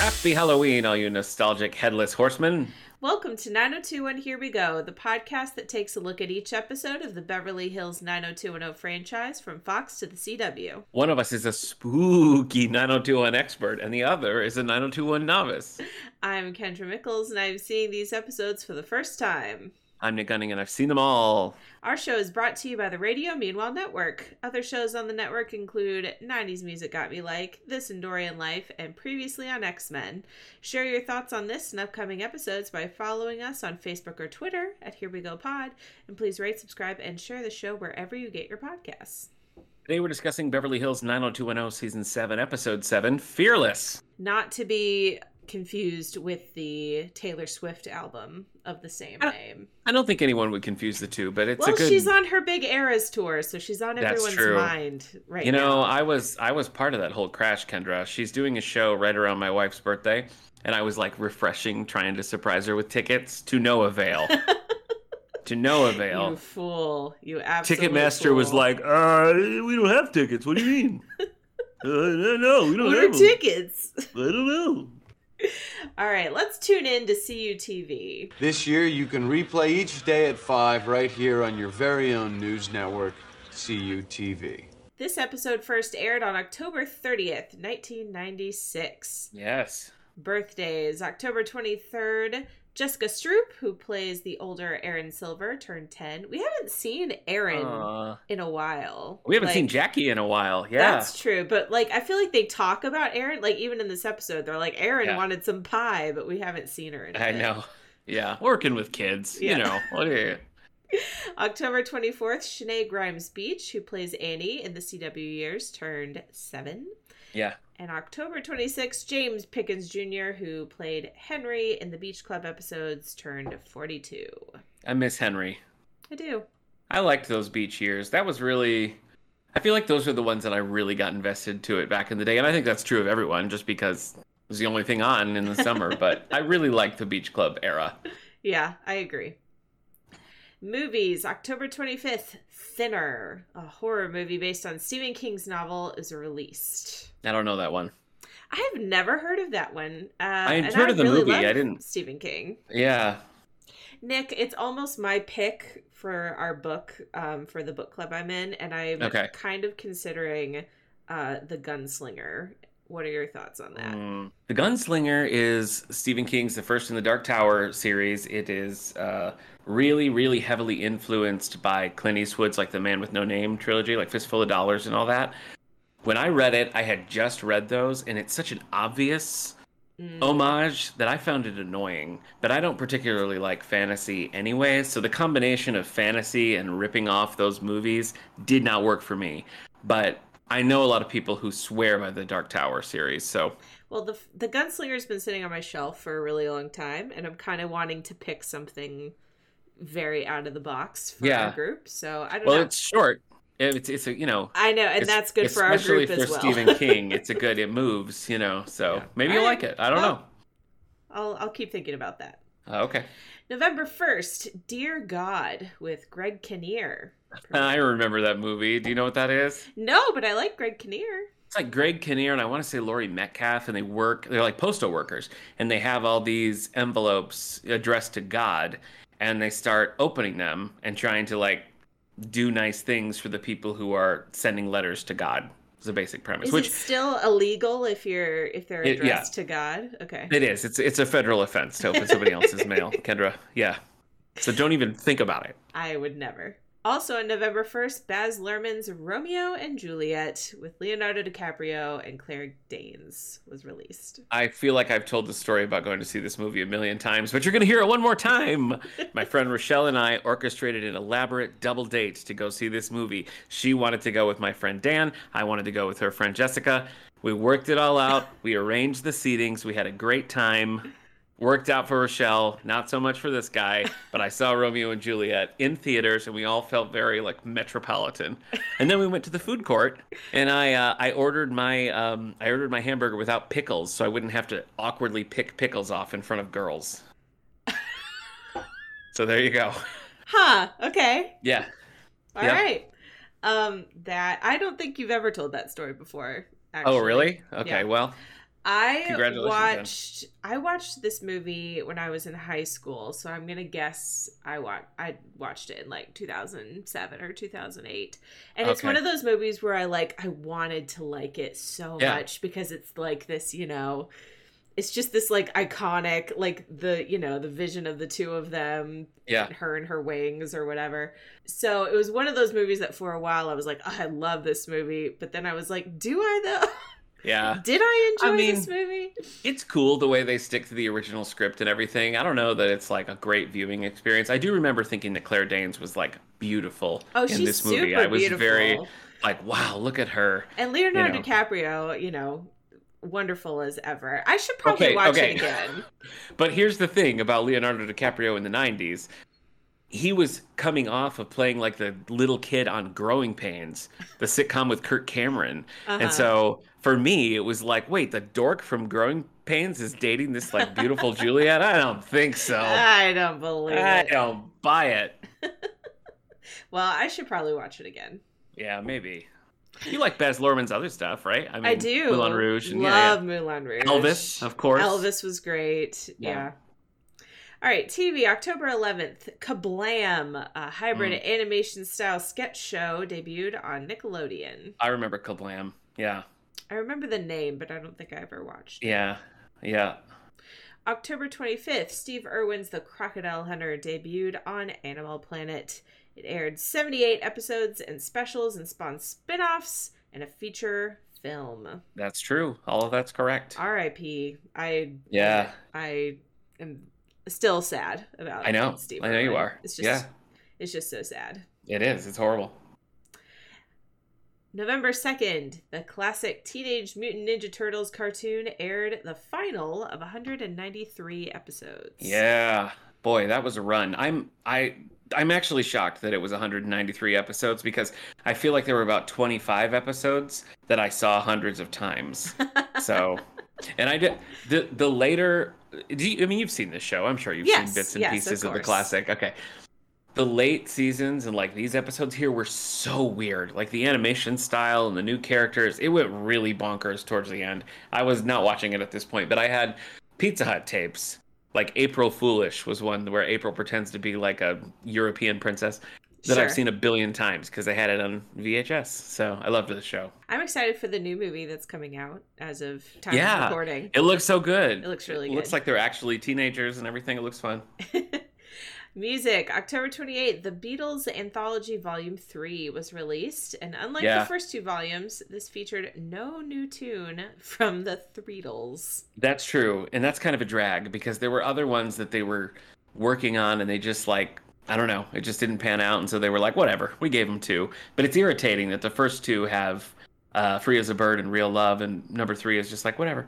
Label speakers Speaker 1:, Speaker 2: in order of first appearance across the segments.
Speaker 1: Happy Halloween, all you nostalgic headless horsemen.
Speaker 2: Welcome to 90210 Here We Go, the podcast that takes a look at each episode of the Beverly Hills 90210 franchise from Fox to the CW.
Speaker 1: One of us is a spooky 9021 expert, and the other is a 9021 novice.
Speaker 2: I'm Kendra Mickles, and I'm seeing these episodes for the first time.
Speaker 1: I'm Nick Gunning, and I've seen them all.
Speaker 2: Our show is brought to you by the Radio Meanwhile Network. Other shows on the network include 90s Music Got Me Like, This and Dorian Life, and previously on X Men. Share your thoughts on this and upcoming episodes by following us on Facebook or Twitter at Here We Go Pod, and please rate, subscribe, and share the show wherever you get your podcasts.
Speaker 1: Today we're discussing Beverly Hills 90210 Season 7, Episode 7, Fearless.
Speaker 2: Not to be confused with the Taylor Swift album of the same
Speaker 1: I don't-
Speaker 2: name.
Speaker 1: I don't think anyone would confuse the two, but it's
Speaker 2: well,
Speaker 1: a good.
Speaker 2: she's on her big Eras tour, so she's on
Speaker 1: That's
Speaker 2: everyone's
Speaker 1: true.
Speaker 2: mind right
Speaker 1: you know,
Speaker 2: now.
Speaker 1: I was I was part of that whole crash, Kendra. She's doing a show right around my wife's birthday, and I was like refreshing, trying to surprise her with tickets to no avail. to no avail.
Speaker 2: You fool. You absolute
Speaker 1: Ticketmaster was
Speaker 2: fool.
Speaker 1: like, uh, we don't have tickets. What do you mean? uh, no, no, we don't
Speaker 2: What are
Speaker 1: have them.
Speaker 2: tickets?
Speaker 1: I don't know.
Speaker 2: All right, let's tune in to CUTV.
Speaker 3: This year, you can replay each day at 5 right here on your very own news network, CUTV.
Speaker 2: This episode first aired on October 30th, 1996.
Speaker 1: Yes.
Speaker 2: Birthdays October 23rd. Jessica Stroop, who plays the older Aaron Silver, turned 10. We haven't seen Aaron
Speaker 1: Aw.
Speaker 2: in a while.
Speaker 1: Uh, we haven't
Speaker 2: Like,
Speaker 1: seen Jackie in a while. Yeah.
Speaker 2: That's true, but like I feel like they talk about Aaron, like even in this episode, they're like Aaron
Speaker 1: Yeah.
Speaker 2: wanted some pie, but we haven't seen her. In
Speaker 1: I
Speaker 2: it.
Speaker 1: know. Yeah. Working with kids.
Speaker 2: Yeah.
Speaker 1: You know. What are you?
Speaker 2: October 24th, Shanae Grimes Beach, who plays Annie in the CW years, turned seven.
Speaker 1: Yeah.
Speaker 2: And October 26th, James Pickens Jr., who played Henry in the Beach Club episodes, turned 42.
Speaker 1: I miss Henry.
Speaker 2: I do.
Speaker 1: I liked those beach years. That was really. I feel like those are the ones that I really got invested to it back in the day, and I think that's true of everyone, just because it was the only thing on in the summer. but I really liked the beach club era.
Speaker 2: Yeah, I agree. Movies October 25th, Thinner, a horror movie based on Stephen King's novel, is released.
Speaker 1: I don't know that one.
Speaker 2: I have never heard of that one. Uh,
Speaker 1: had
Speaker 2: and
Speaker 1: heard of the
Speaker 2: really
Speaker 1: movie,
Speaker 2: love
Speaker 1: I didn't-
Speaker 2: Stephen King.
Speaker 1: Yeah,
Speaker 2: Nick, it's almost my pick for our book um, for the book club I'm in, and I'm
Speaker 1: Okay.
Speaker 2: kind of considering uh, the Gunslinger. What are your thoughts on that?
Speaker 1: Mm. The Gunslinger is Stephen King's The First in the Dark Tower series. It is uh, really, really heavily influenced by Clint Eastwood's like the Man with No Name trilogy, like Fistful of Dollars and all that. When I read it, I had just read those, and it's such an obvious
Speaker 2: Mm.
Speaker 1: homage that I found it annoying. But I don't particularly like fantasy anyway, so the combination of fantasy and ripping off those movies did not work for me. But I know a lot of people who swear by the Dark Tower series, so
Speaker 2: Well, the the Gunslinger's been sitting on my shelf for a really long time, and I'm kind of wanting to pick something very out of the box for
Speaker 1: Yeah.
Speaker 2: our group. So I don't
Speaker 1: Well,
Speaker 2: know.
Speaker 1: it's short. It's it's a, you know.
Speaker 2: I know, and
Speaker 1: it's-
Speaker 2: that's good for our
Speaker 1: especially
Speaker 2: group
Speaker 1: for
Speaker 2: as well.
Speaker 1: Stephen King. It's a good. It moves. You know. So
Speaker 2: Yeah.
Speaker 1: maybe you
Speaker 2: All
Speaker 1: like
Speaker 2: right.
Speaker 1: it. I don't
Speaker 2: Well- I'll I'll keep thinking about that.
Speaker 1: know. Uh, okay.
Speaker 2: November first, Dear God, with Greg Kinnear.
Speaker 1: I remember that movie. Do you know what that is?
Speaker 2: No, but I like Greg Kinnear.
Speaker 1: It's like Greg Kinnear and I want to say Laurie Metcalf, and they work. They're like postal workers, and they have all these envelopes addressed to God, and they start opening them and trying to like do nice things for the people who are sending letters to God. It's the basic premise.
Speaker 2: Is
Speaker 1: which
Speaker 2: it still illegal if you're if they're
Speaker 1: It- yeah.
Speaker 2: addressed to God? Okay.
Speaker 1: It is. It's it's a federal offense to open somebody else's mail, Kendra. Yeah. So don't even think about it.
Speaker 2: I would never. Also on November 1st, Baz Luhrmann's Romeo and Juliet with Leonardo DiCaprio and Claire Danes was released.
Speaker 1: I feel like I've told the story about going to see this movie a million times, but you're going to hear it one more time. My friend Rochelle and I orchestrated an elaborate double date to go see this movie. She wanted to go with my friend Dan. I wanted to go with her friend Jessica. We worked it all out. We arranged the seatings. We had a great time. Worked out for Rochelle, not so much for this guy, but I saw Romeo and Juliet in theaters, and we all felt very like metropolitan. And then we went to the food court, and I uh, I ordered my um, I ordered my hamburger without pickles, so I wouldn't have to awkwardly pick pickles off in front of girls. so there you go.
Speaker 2: Huh, okay.
Speaker 1: Yeah,
Speaker 2: all right.
Speaker 1: Yeah.
Speaker 2: Um that I don't think you've ever told that story before. Actually.
Speaker 1: Oh, really? Okay.
Speaker 2: Yeah.
Speaker 1: Well,
Speaker 2: I
Speaker 1: Congratulations, Jen.
Speaker 2: watched I watched this movie when I was in high school, so I'm gonna guess I wa- I watched it in like 2007 or 2008, and it's
Speaker 1: Okay.
Speaker 2: one of those movies where I like I wanted to like it so
Speaker 1: Yeah.
Speaker 2: much because it's like this, you know, it's just this like iconic like the you know the vision of the two of them
Speaker 1: Yeah.
Speaker 2: her and her wings or whatever. So it was one of those movies that for a while I was like, oh, I love this movie. But then I was like, do I
Speaker 1: Yeah.
Speaker 2: though? Did I
Speaker 1: I
Speaker 2: enjoy
Speaker 1: mean-
Speaker 2: this movie?
Speaker 1: It's cool the way they stick to the original script and everything. I don't know that it's like a great viewing experience. I do remember thinking that Claire Danes was like beautiful
Speaker 2: Oh,
Speaker 1: in
Speaker 2: she's
Speaker 1: this movie.
Speaker 2: super
Speaker 1: I was
Speaker 2: beautiful.
Speaker 1: very like, wow, look at her.
Speaker 2: and Leonardo
Speaker 1: you know.
Speaker 2: DiCaprio, you know, wonderful as ever. I should probably
Speaker 1: Okay,
Speaker 2: watch
Speaker 1: okay.
Speaker 2: it again.
Speaker 1: But here's the thing about Leonardo DiCaprio in the 90s. He was coming off of playing like the little kid on Growing Pains, the sitcom with Kirk Cameron.
Speaker 2: Uh-huh.
Speaker 1: And so for me, it was like, wait, the dork from Growing Pains is dating this like beautiful Juliet? I don't think so.
Speaker 2: I don't believe
Speaker 1: I
Speaker 2: it.
Speaker 1: don't buy it.
Speaker 2: Well, I should probably watch it again.
Speaker 1: Yeah, maybe. You like Baz Luhrmann's other stuff, right? I mean,
Speaker 2: I do.
Speaker 1: Moulin Rouge and yeah,
Speaker 2: love Moulin Rouge.
Speaker 1: yeah. Elvis, of course.
Speaker 2: Elvis was great. Yeah.
Speaker 1: Yeah.
Speaker 2: All right, TV, October 11th, Kablam, a hybrid
Speaker 1: Hmm.
Speaker 2: animation style sketch show debuted on Nickelodeon.
Speaker 1: I remember Kablam. Yeah,
Speaker 2: I remember the name, but I don't think I ever watched.
Speaker 1: yeah, yeah.
Speaker 2: October 25th, Steve Irwin's The Crocodile Hunter debuted on Animal Planet. It aired 78 episodes and specials and spawned spin offs and a feature film.
Speaker 1: That's true. All of that's correct.
Speaker 2: RIP. I
Speaker 1: Yeah.
Speaker 2: I am still sad about.
Speaker 1: I know. I know you
Speaker 2: Irwin.
Speaker 1: are.
Speaker 2: It's just
Speaker 1: Yeah,
Speaker 2: it's just so sad.
Speaker 1: it is. It's horrible.
Speaker 2: November second, the classic Teenage Mutant Ninja Turtles cartoon aired the final of 193 episodes.
Speaker 1: Yeah, boy, that was a run. I'm I I'm actually shocked that it was 193 episodes because I feel like there were about 25 episodes that I saw hundreds of times. So, and I did the the later. Do you, I mean you've seen this show? I'm sure you've
Speaker 2: Yes,
Speaker 1: seen bits and
Speaker 2: yes, of
Speaker 1: pieces of the
Speaker 2: course.
Speaker 1: classic. Okay. The late seasons and like these episodes here were so weird. Like the animation style and the new characters, it went really bonkers towards the end. I was not watching it at this point, but I had Pizza Hut tapes. Like April Foolish was one where April pretends to be like a European princess that I've
Speaker 2: Sure.
Speaker 1: seen a billion times because I had it on VHS. So I loved the show.
Speaker 2: I'm excited for the new movie that's coming out as of time of
Speaker 1: Yeah.
Speaker 2: recording.
Speaker 1: It looks so good.
Speaker 2: It looks really
Speaker 1: It looks
Speaker 2: good.
Speaker 1: like they're actually teenagers and everything. It looks fun.
Speaker 2: Music, October 28th, The Beatles Anthology Volume 3 was released, and unlike
Speaker 1: Yeah.
Speaker 2: the first two volumes, this featured no new tune from the Threedles.
Speaker 1: That's true. And that's kind of a drag because there were other ones that they were working on and they just like, I don't know, it just didn't pan out. And so they were like, whatever, we gave them two. But it's irritating that the first two have uh, Free as a Bird and Real Love, and number three is just like, whatever.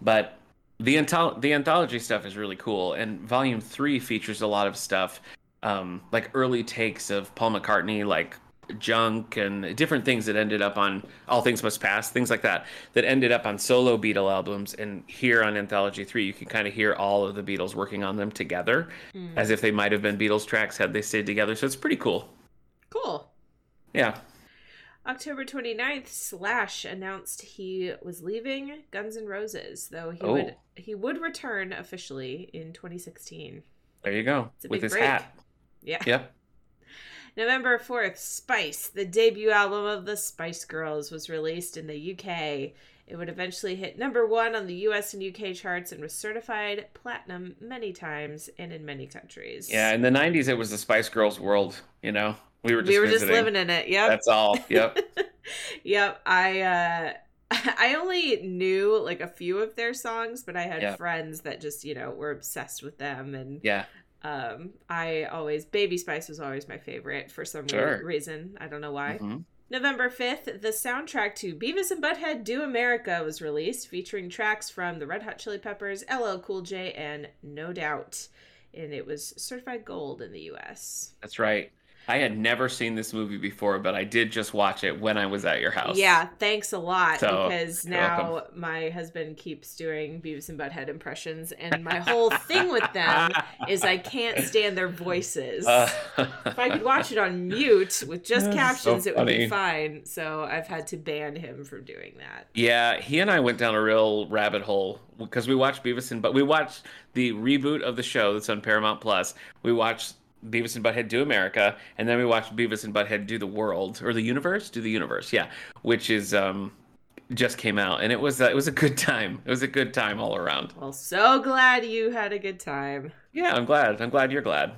Speaker 1: But the, anthol- the anthology stuff is really cool. And volume three features a lot of stuff um, like early takes of Paul McCartney, like junk and different things that ended up on All Things Must Pass, things like that, that ended up on solo Beatle albums. And here on Anthology 3, you can kind of hear all of the Beatles working on them together
Speaker 2: Hmm.
Speaker 1: as if they might have been Beatles tracks had they stayed together. So it's pretty cool.
Speaker 2: Cool.
Speaker 1: Yeah.
Speaker 2: October 29th, Slash announced he was leaving Guns N' Roses, though he
Speaker 1: Oh.
Speaker 2: would he would return officially in 2016.
Speaker 1: There you go.
Speaker 2: It's a
Speaker 1: With
Speaker 2: big
Speaker 1: his
Speaker 2: break.
Speaker 1: hat.
Speaker 2: Yeah.
Speaker 1: Yep.
Speaker 2: November 4th, Spice, the debut album of the Spice Girls, was released in the UK. It would eventually hit number one on the US and UK charts and was certified platinum many times and in many countries.
Speaker 1: Yeah. In the 90s, it was the Spice Girls world, you know? We were just,
Speaker 2: we were
Speaker 1: visiting.
Speaker 2: just living in it. Yep.
Speaker 1: That's all. Yep.
Speaker 2: Yep, I uh I only knew like a few of their songs, but I had
Speaker 1: Yeah.
Speaker 2: friends that just, you know, were obsessed with them and
Speaker 1: yeah.
Speaker 2: um I always Baby Spice was always my favorite for some
Speaker 1: Sure.
Speaker 2: re- reason. I don't know why.
Speaker 1: Mhm.
Speaker 2: November 5th, the soundtrack to Beavis and Butthead Do America was released, featuring tracks from the Red Hot Chili Peppers, LL Cool J, and No Doubt. And it was certified gold in the US.
Speaker 1: That's right. I had never seen this movie before, but I did just watch it when I was at your house.
Speaker 2: Yeah, thanks a lot
Speaker 1: So,
Speaker 2: because
Speaker 1: you're
Speaker 2: now my husband keeps doing Beavis and Butthead impressions, and my whole thing with them is I can't stand their voices.
Speaker 1: Uh,
Speaker 2: if I could watch it on mute with just
Speaker 1: That's so
Speaker 2: captions, it would be
Speaker 1: funny.
Speaker 2: fine. So I've had to ban him from doing that.
Speaker 1: yeah, he and I went down a real rabbit hole because we watched Beavis and but we watched the reboot of the show that's on Paramount Plus. We watched Beavis and Butthead do America, and then we watched Beavis and Butthead do the world or the universe, do the universe, yeah, which is um just came out, and it was uh, it was a good time. It was a good time all around.
Speaker 2: Well, so glad you had a good time.
Speaker 1: Yeah, I'm glad. I'm glad you're glad.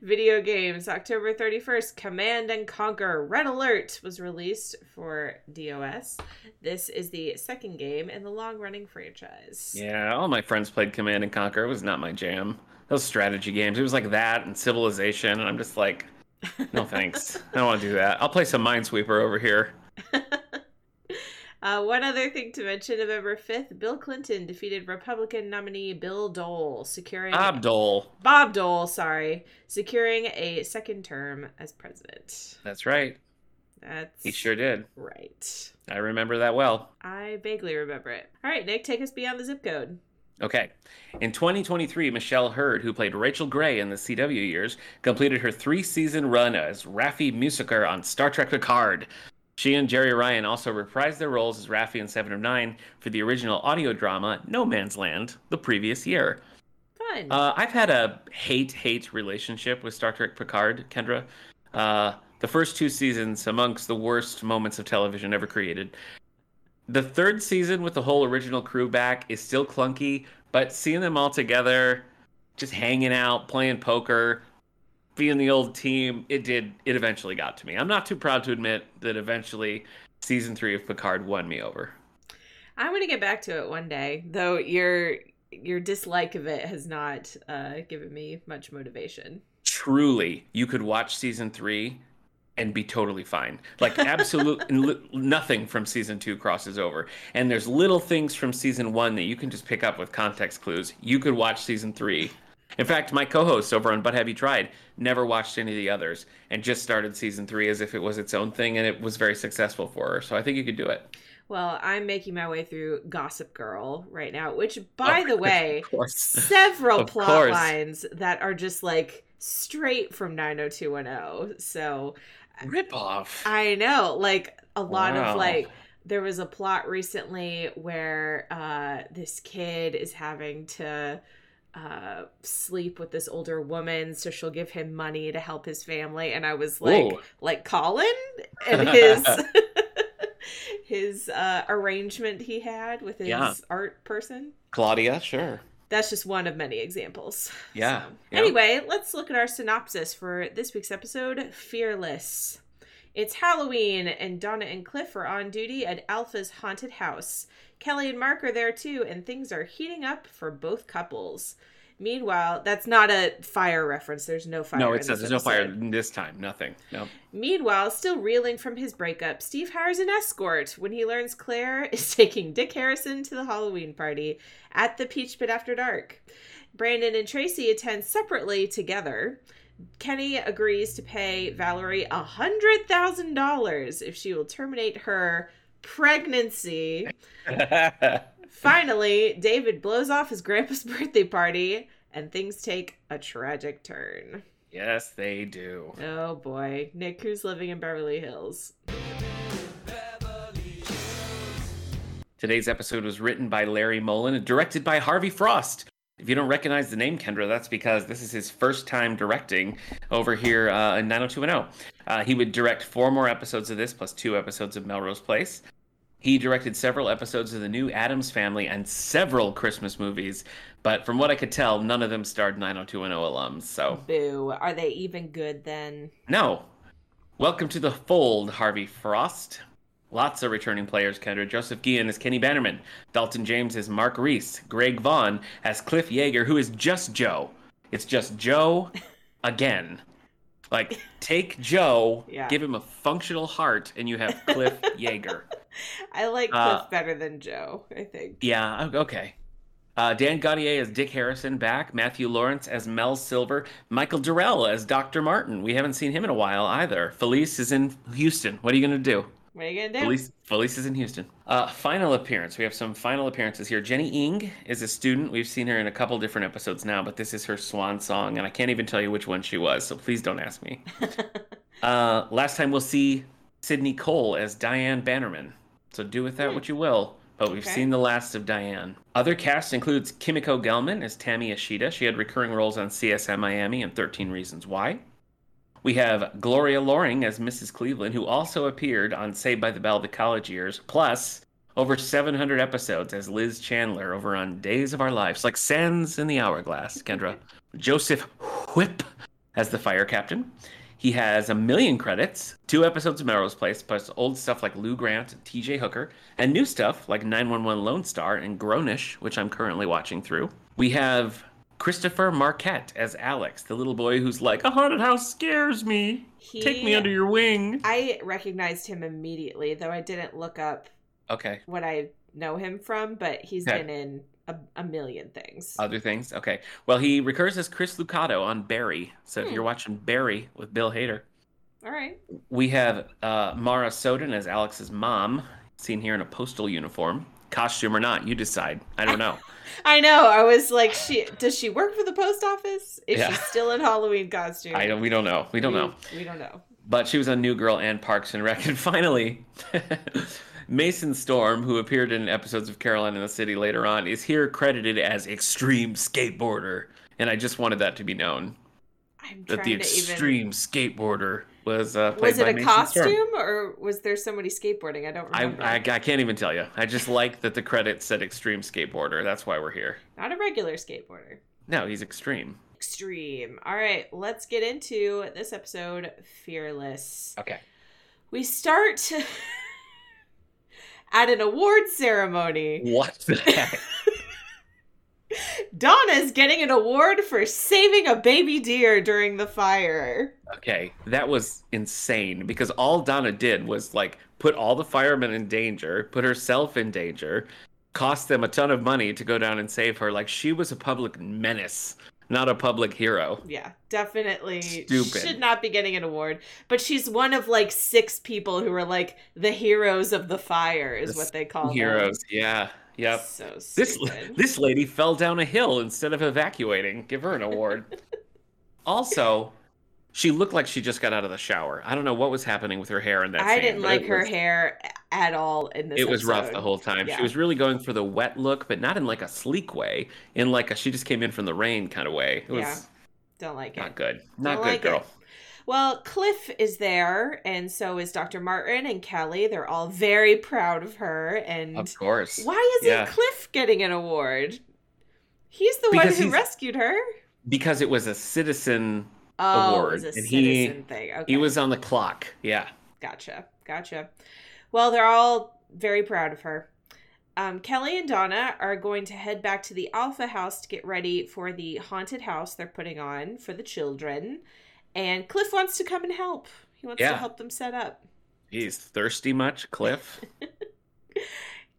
Speaker 2: Video games. October 31st, Command and Conquer Red Alert was released for DOS. This is the second game in the long running franchise.
Speaker 1: Yeah, all my friends played Command and Conquer. It was not my jam. Those strategy games. It was like that and Civilization, and I'm just like, no thanks. I don't want to do that. I'll play some Minesweeper over here.
Speaker 2: Uh, one other thing to mention November 5th, Bill Clinton defeated Republican nominee Bill Dole, securing
Speaker 1: Ah, Abdul.
Speaker 2: Bob Dole, sorry, securing a second term as president.
Speaker 1: That's right.
Speaker 2: That's
Speaker 1: He sure did.
Speaker 2: right.
Speaker 1: I remember that well.
Speaker 2: I vaguely remember it. All right, Nick, take us beyond the zip code.
Speaker 1: Okay. In 2023, Michelle Hurd, who played Rachel Gray in the CW years, completed her three season run as Raffi Musiker on Star Trek Picard. She and Jerry Ryan also reprised their roles as Raffi and Seven of Nine for the original audio drama No Man's Land the previous year.
Speaker 2: Fun.
Speaker 1: Uh, I've had a hate hate relationship with Star Trek Picard, Kendra. Uh, the first two seasons, amongst the worst moments of television ever created. The third season with the whole original crew back is still clunky, but seeing them all together, just hanging out, playing poker, being the old team, it did. It eventually got to me. I'm not too proud to admit that eventually season three of Picard won me over.
Speaker 2: I'm gonna get back to it one day, though your your dislike of it has not uh, given me much motivation.
Speaker 1: truly you could watch season three and be totally fine like absolute and li- nothing from season two crosses over and there's little things from season one that you can just pick up with context clues you could watch season three in fact my co-host over on but have you tried never watched any of the others and just started season three as if it was its own thing and it was very successful for her so i think you could do it
Speaker 2: Well, I'm making my way through Gossip Girl right now, which, by
Speaker 1: Of
Speaker 2: the
Speaker 1: course,
Speaker 2: way,
Speaker 1: of course
Speaker 2: several
Speaker 1: Of
Speaker 2: plot
Speaker 1: course.
Speaker 2: lines that are just like straight from 90210. So
Speaker 1: rip off
Speaker 2: I know, like a lot
Speaker 1: Wow.
Speaker 2: of like there was a plot recently where uh this kid is having to uh sleep with this older woman so she'll give him money to help his family and I was like
Speaker 1: Whoa.
Speaker 2: like Colin and his his uh arrangement he had with his
Speaker 1: Yeah.
Speaker 2: art person.
Speaker 1: claudia sure
Speaker 2: That's just one of many examples.
Speaker 1: yeah,
Speaker 2: So,
Speaker 1: yeah.
Speaker 2: Anyway, let's look at our synopsis for this week's episode Fearless. It's Halloween, and Donna and Cliff are on duty at Alpha's haunted house. Kelly and Mark are there too, and things are heating up for both couples. Meanwhile, that's not a fire reference. There's no fire.
Speaker 1: no
Speaker 2: in
Speaker 1: it says
Speaker 2: this
Speaker 1: there's no fire
Speaker 2: episode.
Speaker 1: this time nothing no
Speaker 2: Meanwhile, still reeling from his breakup, Steve hires an escort when he learns Claire is taking Dick Harrison to the Halloween party at the Peach Pit after dark. Brandon and Tracy attend separately together. Kenny agrees to pay Valerie $100,000 if she will terminate her pregnancy. Finally, David blows off his grandpa's birthday party, and things take a tragic turn.
Speaker 1: yes they do
Speaker 2: Oh boy, Nick, who's living in Beverly Hills?
Speaker 1: Today's episode was written by Larry Mullen and directed by Harvey Frost. If you don't recognize the name Kendra, that's because this is his first time directing over here uh, in 90210. Uh, he would direct four more episodes of this, plus two episodes of Melrose Place. He directed several episodes of The New Adams Family and several Christmas movies, but from what I could tell, none of them starred 90210 alums. So,
Speaker 2: Boo. Are they even good then?
Speaker 1: no. Welcome to the fold, Harvey Frost. Lots of returning players, Kendra. Joseph Guillen as Kenny Bannerman. Dalton James as Mark Reese. Greg Vaughn as Cliff Yeager, who is just Joe. It's just Joe again. Like, take Joe,
Speaker 2: Yeah.
Speaker 1: give him a functional heart, and you have Cliff Yeager.
Speaker 2: I like
Speaker 1: Uh,
Speaker 2: Cliff better than Joe, I think.
Speaker 1: Yeah, o- okay. Uh, Dan Gaudier as Dick Harrison back, Matthew Lawrence as Mel Silver, Michael Durrell as Dr. Martin. We haven't seen him in a while either. Felice is in Houston. What are you going to do?
Speaker 2: What are you gonna do?
Speaker 1: Felice, Felice is in Houston. Uh, final appearance. We have some final appearances here. Jenny Ing is a student. We've seen her in a couple different episodes now, but this is her swan song, and I can't even tell you which one she was, so please don't ask me. uh, last time we'll see Sydney Cole as Diane Bannerman. So do with that what you will. But we've
Speaker 2: Okay.
Speaker 1: seen the last of Diane. Other cast includes Kimiko Gelman as Tammy Ashita. She had recurring roles on CSI Miami and 13 Reasons Why. We have Gloria Loring as Mrs. Cleveland, who also appeared on Saved by the Bell the college years, plus over 700 episodes as Liz Chandler over on Days of Our Lives, like sands in the hourglass, Kendra. Joseph Whip as the fire captain. He has a million credits, two episodes of Melrose Place, plus old stuff like Lou Grant, TJ Hooker, and new stuff like 911 Lone Star and Grownish, which I'm currently watching through. We have Christopher Marquette as Alex, the little boy who's like, a haunted house scares me. Take me
Speaker 2: He-
Speaker 1: under your wing.
Speaker 2: I recognized him immediately, though I didn't look up
Speaker 1: Okay.
Speaker 2: what I know him from, but he's
Speaker 1: Okay. Uh,
Speaker 2: been in a, a million things.
Speaker 1: Other things? Okay. Well, he recurs as Chris Lucado on Barry. So if
Speaker 2: Hmm.
Speaker 1: you're watching Barry with Bill Hader,
Speaker 2: All right.
Speaker 1: We have uh, Mara Soden as Alex's mom, seen here in a postal uniform. Costume or not, you decide. I don't know.
Speaker 2: I know. I was like, she does she work for the post office? Is
Speaker 1: Yeah.
Speaker 2: she still in Halloween costume?
Speaker 1: I don't. We don't know. We don't know.
Speaker 2: We don't know.
Speaker 1: But she was on New Girl and Parks and Rec. And finally, Mason Storm, who appeared in episodes of Caroline in the City later on, is here credited as extreme skateboarder. And I just wanted that to be known
Speaker 2: I'm
Speaker 1: that the
Speaker 2: trying to even.
Speaker 1: extreme skateboarder was uh, played
Speaker 2: Was it
Speaker 1: by
Speaker 2: a
Speaker 1: Mason
Speaker 2: costume
Speaker 1: Storm.
Speaker 2: or was there somebody skateboarding? I don't
Speaker 1: I,
Speaker 2: remember.
Speaker 1: I, I can't even tell you. I just like that the credits said extreme skateboarder. That's why we're here.
Speaker 2: Not a regular skateboarder.
Speaker 1: No, he's extreme.
Speaker 2: Extreme. All right, let's get into this episode, Fearless.
Speaker 1: Okay.
Speaker 2: We start at an award ceremony.
Speaker 1: What the heck?
Speaker 2: Donna's getting an award for saving a baby deer during the fire.
Speaker 1: okay, that was insane because all Donna did was like put all the firemen in danger, put herself in danger, cost them a ton of money to go down and save her. Like she was a public menace, not a public hero.
Speaker 2: Yeah, definitely
Speaker 1: Stupid.
Speaker 2: should not be getting an award. But she's one of like six people who are like the heroes of the fire, is
Speaker 1: The
Speaker 2: what they call
Speaker 1: Heroes, yeah,
Speaker 2: Them.
Speaker 1: yep.
Speaker 2: So
Speaker 1: This
Speaker 2: stupid.
Speaker 1: this lady fell down a hill instead of evacuating. Give her an award. also, she looked like she just got out of the shower. I don't know what was happening with her hair in that.
Speaker 2: I
Speaker 1: scene,
Speaker 2: didn't
Speaker 1: but
Speaker 2: like
Speaker 1: it
Speaker 2: her
Speaker 1: was-
Speaker 2: hair at all in this.
Speaker 1: it was rough the
Speaker 2: episode.
Speaker 1: whole time.
Speaker 2: Yeah.
Speaker 1: She was really going for the wet look, but not in like a sleek way. In like a she just came in from the rain kind of way. It was
Speaker 2: Yeah. Don't like it.
Speaker 1: not good. Not
Speaker 2: Don't
Speaker 1: good,
Speaker 2: like it.
Speaker 1: girl.
Speaker 2: Well, Cliff is there, and so is Dr. Martin and Kelly. They're all very proud of her. And
Speaker 1: Of course.
Speaker 2: why isn't
Speaker 1: Yeah.
Speaker 2: Cliff getting an award? He's the
Speaker 1: Because
Speaker 2: one who
Speaker 1: he's-
Speaker 2: rescued her.
Speaker 1: Because it was a citizen.
Speaker 2: Oh,
Speaker 1: Award,
Speaker 2: it was a
Speaker 1: and he-
Speaker 2: citizen thing. Okay.
Speaker 1: He was on the clock. Yeah.
Speaker 2: Gotcha. Gotcha. Well, they're all very proud of her. Um, Kelly and Donna are going to head back to the Alpha House to get ready for the haunted house they're putting on for the children. And Cliff wants to come and help. He wants to
Speaker 1: Yeah.
Speaker 2: help them set up.
Speaker 1: He's thirsty much, Cliff.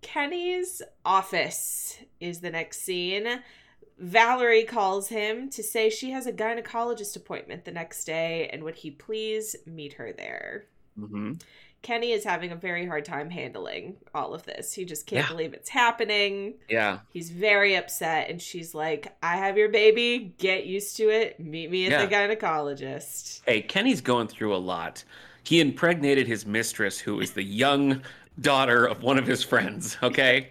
Speaker 2: Kenny's office is the next scene. Valerie calls him to say she has a gynecologist appointment the next day and would he please meet her there.
Speaker 1: hmm
Speaker 2: Kenny is having a very hard time handling all of this. He just can't
Speaker 1: Yeah.
Speaker 2: believe it's happening.
Speaker 1: Yeah.
Speaker 2: He's very upset, and she's like, I have your baby. Get used to it. Meet me at the gynecologist.
Speaker 1: Hey, Kenny's going through a lot. He impregnated his mistress, who is the young daughter of one of his friends. Okay.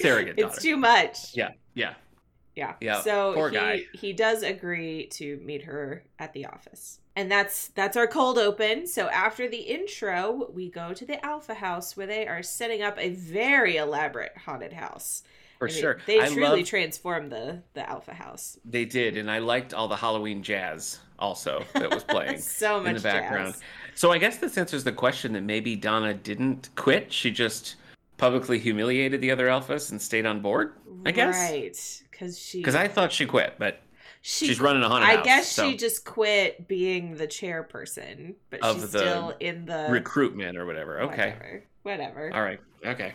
Speaker 1: Surrogate daughter.
Speaker 2: It's too much.
Speaker 1: Yeah. Yeah.
Speaker 2: Yeah.
Speaker 1: Yeah,
Speaker 2: So
Speaker 1: poor
Speaker 2: he,
Speaker 1: guy.
Speaker 2: he does agree to meet her at the office. And that's that's our cold open. So after the intro, we go to the Alpha House where they are setting up a very elaborate haunted house.
Speaker 1: For
Speaker 2: I mean,
Speaker 1: sure.
Speaker 2: They
Speaker 1: I
Speaker 2: truly
Speaker 1: love-
Speaker 2: transform the the Alpha House.
Speaker 1: They did, and I liked all the Halloween jazz also that was playing
Speaker 2: so much
Speaker 1: in the background.
Speaker 2: jazz.
Speaker 1: So I guess this answers the question that maybe Donna didn't quit. She just publicly humiliated the other alphas and stayed on board. I guess
Speaker 2: right because she
Speaker 1: because I thought she quit, but
Speaker 2: she,
Speaker 1: she's running a haunted
Speaker 2: I
Speaker 1: house,
Speaker 2: guess
Speaker 1: so-
Speaker 2: she just quit being the chairperson, but
Speaker 1: Of
Speaker 2: she's
Speaker 1: the
Speaker 2: still in the
Speaker 1: recruitment or whatever. Okay,
Speaker 2: Whatever. whatever.
Speaker 1: all right, okay.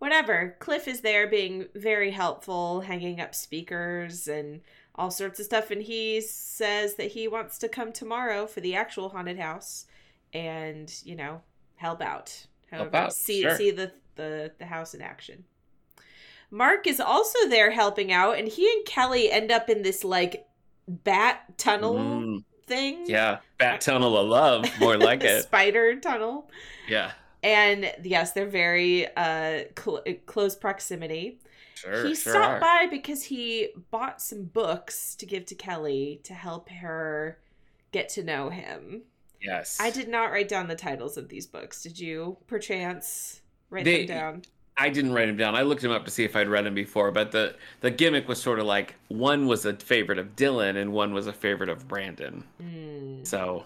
Speaker 2: whatever. Cliff is there being very helpful, hanging up speakers and all sorts of stuff. And he says that he wants to come tomorrow for the actual haunted house and, you know, help out.
Speaker 1: Help out,
Speaker 2: See,
Speaker 1: sure.
Speaker 2: see the, the, the house in action. Mark is also there helping out, and he and Kelly end up in this like bat tunnel
Speaker 1: Mm,
Speaker 2: thing.
Speaker 1: yeah, bat tunnel of love, more like it.
Speaker 2: Spider tunnel.
Speaker 1: Yeah,
Speaker 2: And yes, they're very uh cl- close proximity.
Speaker 1: sure,
Speaker 2: he
Speaker 1: sure
Speaker 2: stopped
Speaker 1: are.
Speaker 2: by because he bought some books to give to Kelly to help her get to know him.
Speaker 1: Yes,
Speaker 2: I did not write down the titles of these books. Did you, perchance, write
Speaker 1: They-
Speaker 2: them down?
Speaker 1: I didn't write him down. I looked him up to see if I'd read him before, but the the gimmick was sort of like one was a favorite of Dylan and one was a favorite of Brandon.
Speaker 2: Mm,
Speaker 1: So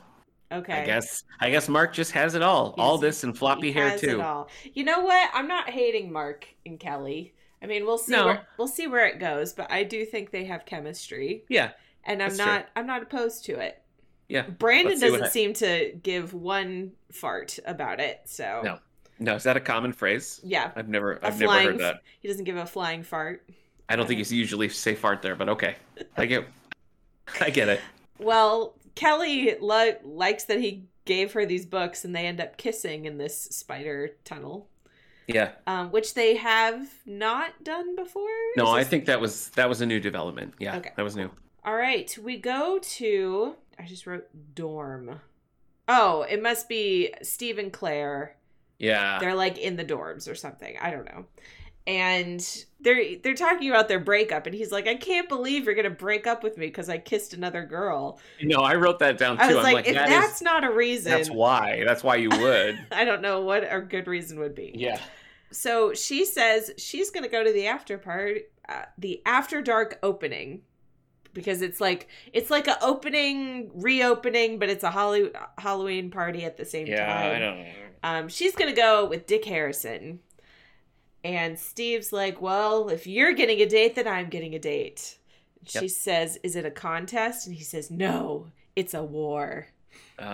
Speaker 2: okay.
Speaker 1: I guess I guess Mark just has it all. all
Speaker 2: He's-
Speaker 1: this and floppy
Speaker 2: He
Speaker 1: hair
Speaker 2: has it
Speaker 1: too.
Speaker 2: all. You know what? I'm not hating Mark and Kelly. I mean, we'll see.
Speaker 1: No.
Speaker 2: Where, we'll see where it goes, but I do think they have chemistry,
Speaker 1: Yeah,
Speaker 2: and I'm
Speaker 1: That's true.
Speaker 2: not. I'm not opposed to it.
Speaker 1: yeah.
Speaker 2: Brandon
Speaker 1: Let's see what
Speaker 2: doesn't
Speaker 1: hap-
Speaker 2: seem to give one fart about it. So
Speaker 1: No. No, is that a common phrase?
Speaker 2: yeah,
Speaker 1: I've never
Speaker 2: A
Speaker 1: I've never
Speaker 2: flying
Speaker 1: heard
Speaker 2: f-
Speaker 1: that.
Speaker 2: he doesn't give a flying fart.
Speaker 1: I don't think you usually say fart there, but okay. I get I get it.
Speaker 2: Well, Kelly li- likes that he gave her these books, and they end up kissing in this spider tunnel,
Speaker 1: Yeah.
Speaker 2: um, which they have not done before.
Speaker 1: No,
Speaker 2: Is
Speaker 1: I
Speaker 2: this-
Speaker 1: think that was that was a new development. Yeah.
Speaker 2: Okay.
Speaker 1: That was new.
Speaker 2: All right, we go to. I just wrote dorm. Oh, it must be Steve and Claire.
Speaker 1: Yeah.
Speaker 2: They're like in the dorms or something. I don't know. And they're they're talking about their breakup, and he's like, "I can't believe you're gonna break up with me because I kissed another girl."
Speaker 1: No, I wrote that down too.
Speaker 2: I was
Speaker 1: I'm
Speaker 2: like,
Speaker 1: like,
Speaker 2: "If
Speaker 1: that
Speaker 2: that's
Speaker 1: is
Speaker 2: not a reason,
Speaker 1: that's why. That's why you would.
Speaker 2: I don't know what a good reason would be."
Speaker 1: yeah.
Speaker 2: So she says she's going to go to the after part, uh, the after dark opening, because it's like it's like a opening, reopening, but it's a Holly- Halloween party at the same
Speaker 1: Yeah,
Speaker 2: time.
Speaker 1: I don't know.
Speaker 2: Um, she's going to go with Dick Harrison, and Steve's like, "Well, if you're getting a date, then I'm getting a date." She
Speaker 1: Yep.
Speaker 2: says, "Is it a contest?" And he says, "No, it's a war."
Speaker 1: Oh,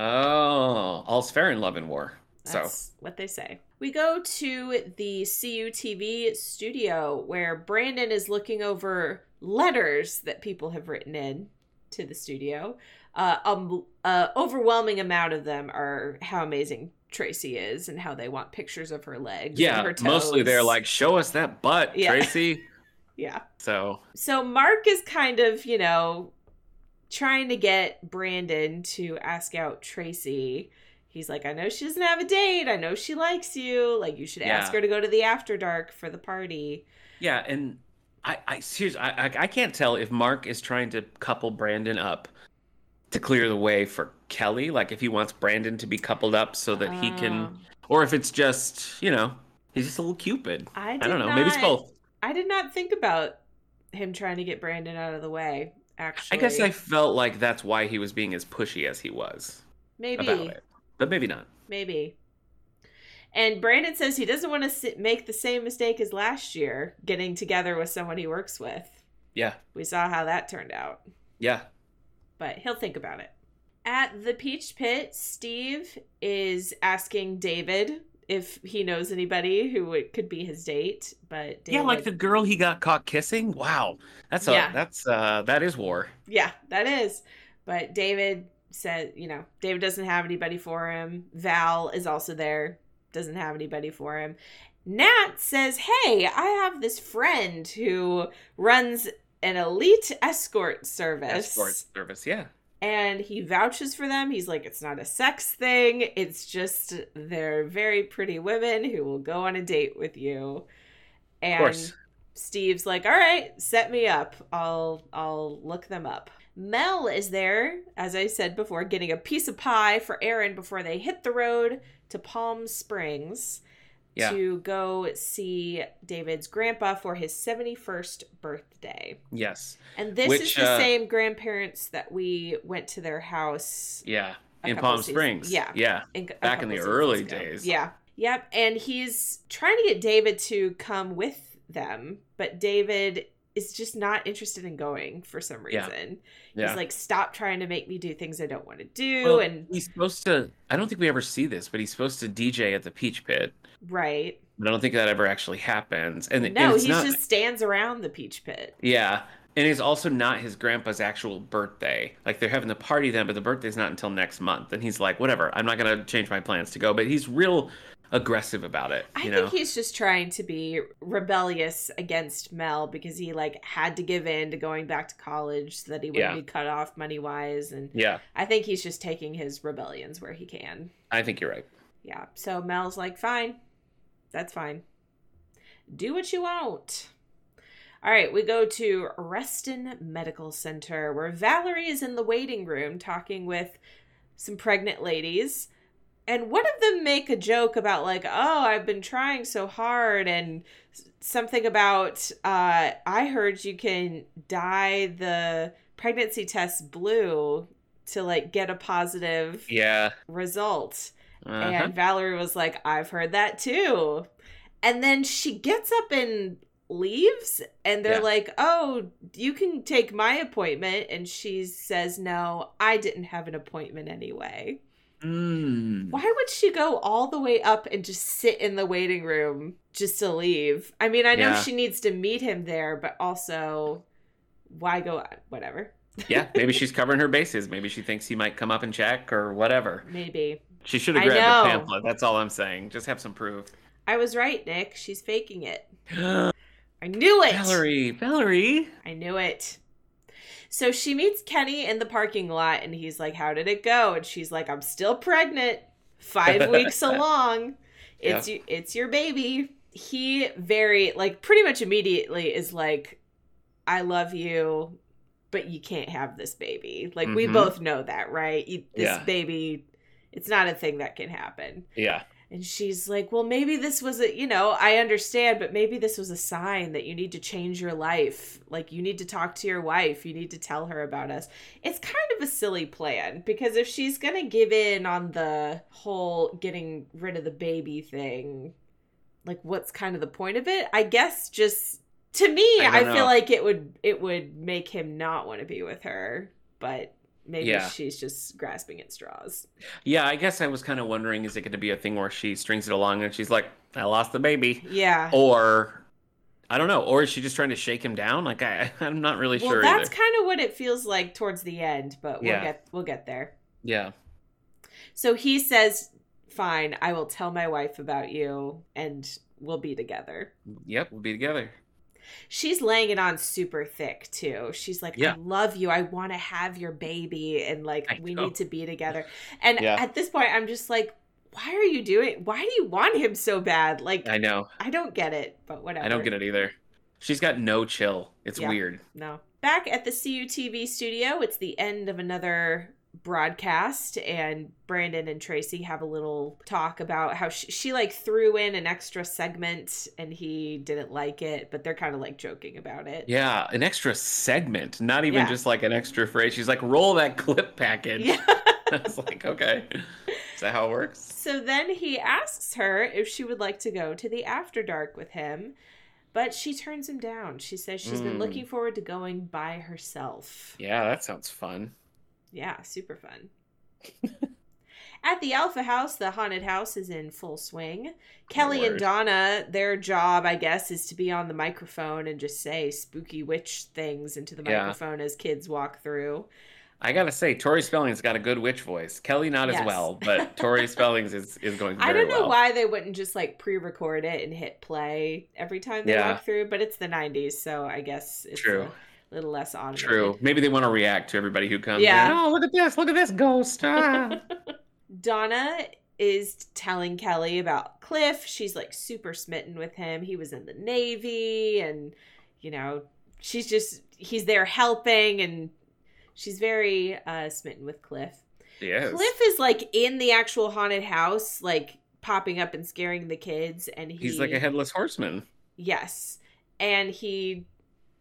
Speaker 1: all's fair in love and war. So
Speaker 2: That's what they say. We go to the CUTV studio where Brandon is looking over letters that people have written in to the studio. Uh, um, uh, overwhelming amount of them are how amazing Tracy is and how they want pictures of her legs. and
Speaker 1: yeah,
Speaker 2: her toes.
Speaker 1: mostly they're like, show us that butt,
Speaker 2: Yeah.
Speaker 1: Tracy.
Speaker 2: yeah.
Speaker 1: So
Speaker 2: So Mark is kind of, you know, trying to get Brandon to ask out Tracy. He's like, I know she doesn't have a date. I know she likes you. Like, you should ask
Speaker 1: Yeah.
Speaker 2: her to go to the after dark for the party.
Speaker 1: Yeah, and I, I seriously, I, I, I can't tell if Mark is trying to couple Brandon up to clear the way for Kelly, like if he wants Brandon to be coupled up so that he can,
Speaker 2: Um,
Speaker 1: or if it's just, you know, he's just a little cupid.
Speaker 2: I,
Speaker 1: I
Speaker 2: did
Speaker 1: don't know. Maybe it's
Speaker 2: not-
Speaker 1: both.
Speaker 2: I did not think about him trying to get Brandon out of the way.
Speaker 1: I
Speaker 2: Actually,
Speaker 1: guess I felt like that's why he was being as pushy as he was
Speaker 2: maybe
Speaker 1: about it, but maybe not.
Speaker 2: Maybe. And Brandon says he doesn't want to si- make the same mistake as last year, getting together with someone he works with.
Speaker 1: Yeah,
Speaker 2: We saw how that turned out,
Speaker 1: yeah,
Speaker 2: but he'll think about it. At the Peach Pit, Steve is asking David if he knows anybody who would, could be his date, but David,
Speaker 1: yeah. Like the girl he got caught kissing. Wow, that's a
Speaker 2: Yeah.
Speaker 1: that's uh that is war.
Speaker 2: yeah, that is. But David said, you know, David doesn't have anybody for him. Val is also there, doesn't have anybody for him. Nat says, "Hey, I have this friend who runs an elite escort service.
Speaker 1: Escort service. Yeah,
Speaker 2: and he vouches for them. He's like, it's not a sex thing. It's just they're very pretty women who will go on a date with you.
Speaker 1: of
Speaker 2: And
Speaker 1: course.
Speaker 2: Steve's like, all right, set me up. I'll I'll look them up. Mel is there, as I said before, getting a piece of pie for Aaron before they hit the road to Palm Springs
Speaker 1: Yeah.
Speaker 2: to go see David's grandpa for his 71st birthday.
Speaker 1: Yes.
Speaker 2: And this is
Speaker 1: Which,
Speaker 2: the
Speaker 1: uh,
Speaker 2: same grandparents that we went to their house
Speaker 1: Yeah.
Speaker 2: a
Speaker 1: In
Speaker 2: couple
Speaker 1: Palm
Speaker 2: seasons-
Speaker 1: Springs.
Speaker 2: yeah.
Speaker 1: Yeah.
Speaker 2: in, a
Speaker 1: Back in the
Speaker 2: couple
Speaker 1: early
Speaker 2: seasons ago.
Speaker 1: days.
Speaker 2: Yeah. Yep. And he's trying to get David to come with them, but David is just not interested in going for some
Speaker 1: Yeah.
Speaker 2: reason.
Speaker 1: Yeah.
Speaker 2: He's like, stop trying to make me do things I don't want to do.
Speaker 1: Well,
Speaker 2: and
Speaker 1: he's supposed to. I don't think we ever see this, but he's supposed to DJ at the Peach Pit.
Speaker 2: right.
Speaker 1: But I don't think that ever actually happens. And and
Speaker 2: No,
Speaker 1: it's
Speaker 2: he
Speaker 1: not,
Speaker 2: just stands around the peach pit.
Speaker 1: yeah. And it's also not his grandpa's actual birthday. Like they're having the party then, but the birthday's not until next month. And he's like, whatever, I'm not gonna change my plans to go. But he's real aggressive about it.
Speaker 2: I
Speaker 1: You
Speaker 2: think
Speaker 1: know?
Speaker 2: he's just trying to be rebellious against Mel because he like had to give in to going back to college so that he wouldn't
Speaker 1: Yeah.
Speaker 2: be cut off money wise and
Speaker 1: yeah,
Speaker 2: I think he's just taking his rebellions where he can.
Speaker 1: I think you're right.
Speaker 2: Yeah. So Mel's like, fine. That's fine. Do what you want. All right, we go to Reston Medical Center where Valerie is in the waiting room talking with some pregnant ladies. And one of them make a joke about like, "Oh, I've been trying so hard," and s- something about, uh, "I heard you can dye the pregnancy test blue to like get a positive
Speaker 1: Yeah.
Speaker 2: result."
Speaker 1: Uh-huh.
Speaker 2: And Valerie was like, I've heard that too. And then she gets up and leaves, and they're
Speaker 1: Yeah.
Speaker 2: like, Oh, you can take my appointment. And she says, No, I didn't have an appointment anyway.
Speaker 1: Mm.
Speaker 2: Why would she go all the way up and just sit in the waiting room just to leave? I mean, I know
Speaker 1: Yeah.
Speaker 2: she needs to meet him there, but also, why go? Whatever.
Speaker 1: yeah, maybe she's covering her bases. Maybe she thinks he might come up and check or whatever.
Speaker 2: Maybe.
Speaker 1: She should have
Speaker 2: I
Speaker 1: grabbed a
Speaker 2: know.
Speaker 1: pamphlet. That's all I'm saying. Just have some proof.
Speaker 2: I was right, Nick. She's faking it. I knew it.
Speaker 1: Valerie, Valerie.
Speaker 2: I knew it. So she meets Kenny in the parking lot and he's like, How did it go? And she's like, I'm still pregnant, five weeks along. It's you it's your baby. He very like pretty much immediately is like, I love you, but you can't have this baby. Like we
Speaker 1: Mhm.
Speaker 2: both know that, right? You, this
Speaker 1: Yeah.
Speaker 2: baby, it's not a thing that can happen.
Speaker 1: Yeah.
Speaker 2: And she's like, Well, maybe this was a, you know, I understand, but maybe this was a sign that you need to change your life. Like, you need to talk to your wife. You need to tell her about us. It's kind of a silly plan because if she's going to give in on the whole getting rid of the baby thing, like, what's kind of the point of it? I guess just to me,
Speaker 1: I
Speaker 2: I,
Speaker 1: don't
Speaker 2: feel
Speaker 1: know.
Speaker 2: like it would, it would make him not want to be with her, but maybe
Speaker 1: Yeah.
Speaker 2: she's just grasping at straws.
Speaker 1: Yeah, I guess I was kind of wondering is it going to be a thing where she strings it along and she's like, I lost the baby?
Speaker 2: Yeah.
Speaker 1: Or, I don't know, or is she just trying to shake him down? Like, I, I'm not really
Speaker 2: well,
Speaker 1: sure
Speaker 2: that's
Speaker 1: either.
Speaker 2: kind of what it feels like towards the end, but we'll
Speaker 1: Yeah.
Speaker 2: get we'll get there.
Speaker 1: Yeah.
Speaker 2: So he says, "Fine, I will tell my wife about you, and we'll be together."
Speaker 1: Yep. We'll be together.
Speaker 2: She's laying it on super thick too. She's like,
Speaker 1: Yeah.
Speaker 2: "I love you. I want to have your baby, and like
Speaker 1: I
Speaker 2: we
Speaker 1: know.
Speaker 2: need to be together." And
Speaker 1: Yeah.
Speaker 2: at this point, I'm just like. Why are you doing? Why do you want him so bad? Like
Speaker 1: I
Speaker 2: I,
Speaker 1: know.
Speaker 2: don't get it, but whatever.
Speaker 1: I don't get it either. She's got no chill. It's
Speaker 2: Yeah.
Speaker 1: weird.
Speaker 2: No. Back at the CUTV studio, it's the end of another broadcast and Brandon and Tracy have a little talk about how she, she like threw in an extra segment and he didn't like it, but they're kind of like joking about it.
Speaker 1: Yeah. An extra segment, not even
Speaker 2: Yeah.
Speaker 1: just like an extra phrase. She's like, roll that clip package.
Speaker 2: Yeah.
Speaker 1: I was like, okay. Is that how it works?
Speaker 2: So then he asks her if she would like to go to the after dark with him, but she turns him down. She says she's been
Speaker 1: Mm.
Speaker 2: looking forward to going by herself.
Speaker 1: Yeah, that sounds fun.
Speaker 2: Yeah, super fun. At the Alpha House, the haunted house is in full swing. Kelly and
Speaker 1: Lord.
Speaker 2: Donna, their job, I guess, is to be on the microphone and just say spooky witch things into the
Speaker 1: Yeah.
Speaker 2: microphone as kids walk through.
Speaker 1: I gotta say, Tori Spelling's got a good witch voice. Kelly not
Speaker 2: Yes.
Speaker 1: as well, but Tori Spelling's is, is going very
Speaker 2: I don't know
Speaker 1: well.
Speaker 2: why they wouldn't just like pre record it and hit play every time they
Speaker 1: Yeah.
Speaker 2: walk through, but it's the 90s, so I guess it's
Speaker 1: True.
Speaker 2: a little less automated.
Speaker 1: True. Maybe they want to react to everybody who comes.
Speaker 2: Yeah.
Speaker 1: in. Oh, look at this! Look at this ghost! ah."
Speaker 2: Donna is telling Kelly about Cliff. She's like super smitten with him. He was in the Navy and, you know, she's just, he's there helping and she's very uh, smitten with Cliff.
Speaker 1: yes.
Speaker 2: Cliff is like in the actual haunted house, like popping up and scaring the kids. And he,
Speaker 1: He's like a headless horseman.
Speaker 2: Yes. And he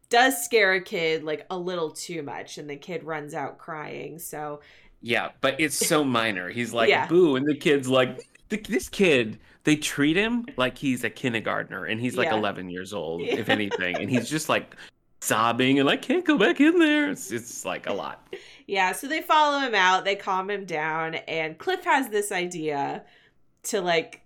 Speaker 2: does scare a kid like a little too much and the kid runs out crying. So
Speaker 1: Yeah, but it's so minor. He's like
Speaker 2: Yeah.
Speaker 1: boo, and the kid's like "Th- this kid. They treat him like he's a kindergartner, and he's like
Speaker 2: Yeah.
Speaker 1: 11 years old,
Speaker 2: Yeah.
Speaker 1: if anything, and he's just like sobbing and I can't go back in there. It's, it's like a lot.
Speaker 2: Yeah, so they follow him out, they calm him down, and Cliff has this idea to like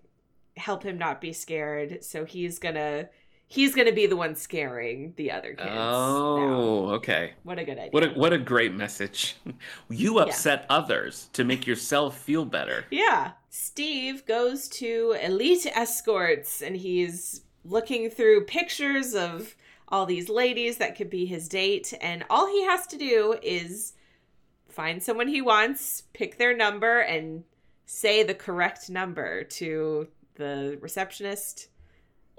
Speaker 2: help him not be scared. So he's gonna he's gonna be the one scaring the other kids. now.
Speaker 1: Oh, okay.
Speaker 2: what a good idea!
Speaker 1: What a, what a great message. You upset others to make yourself feel better.
Speaker 2: yeah, Steve goes to elite escorts, and he's looking through pictures of all these ladies that could be his date, and all he has to do is find someone he wants, pick their number, and say the correct number to the receptionist.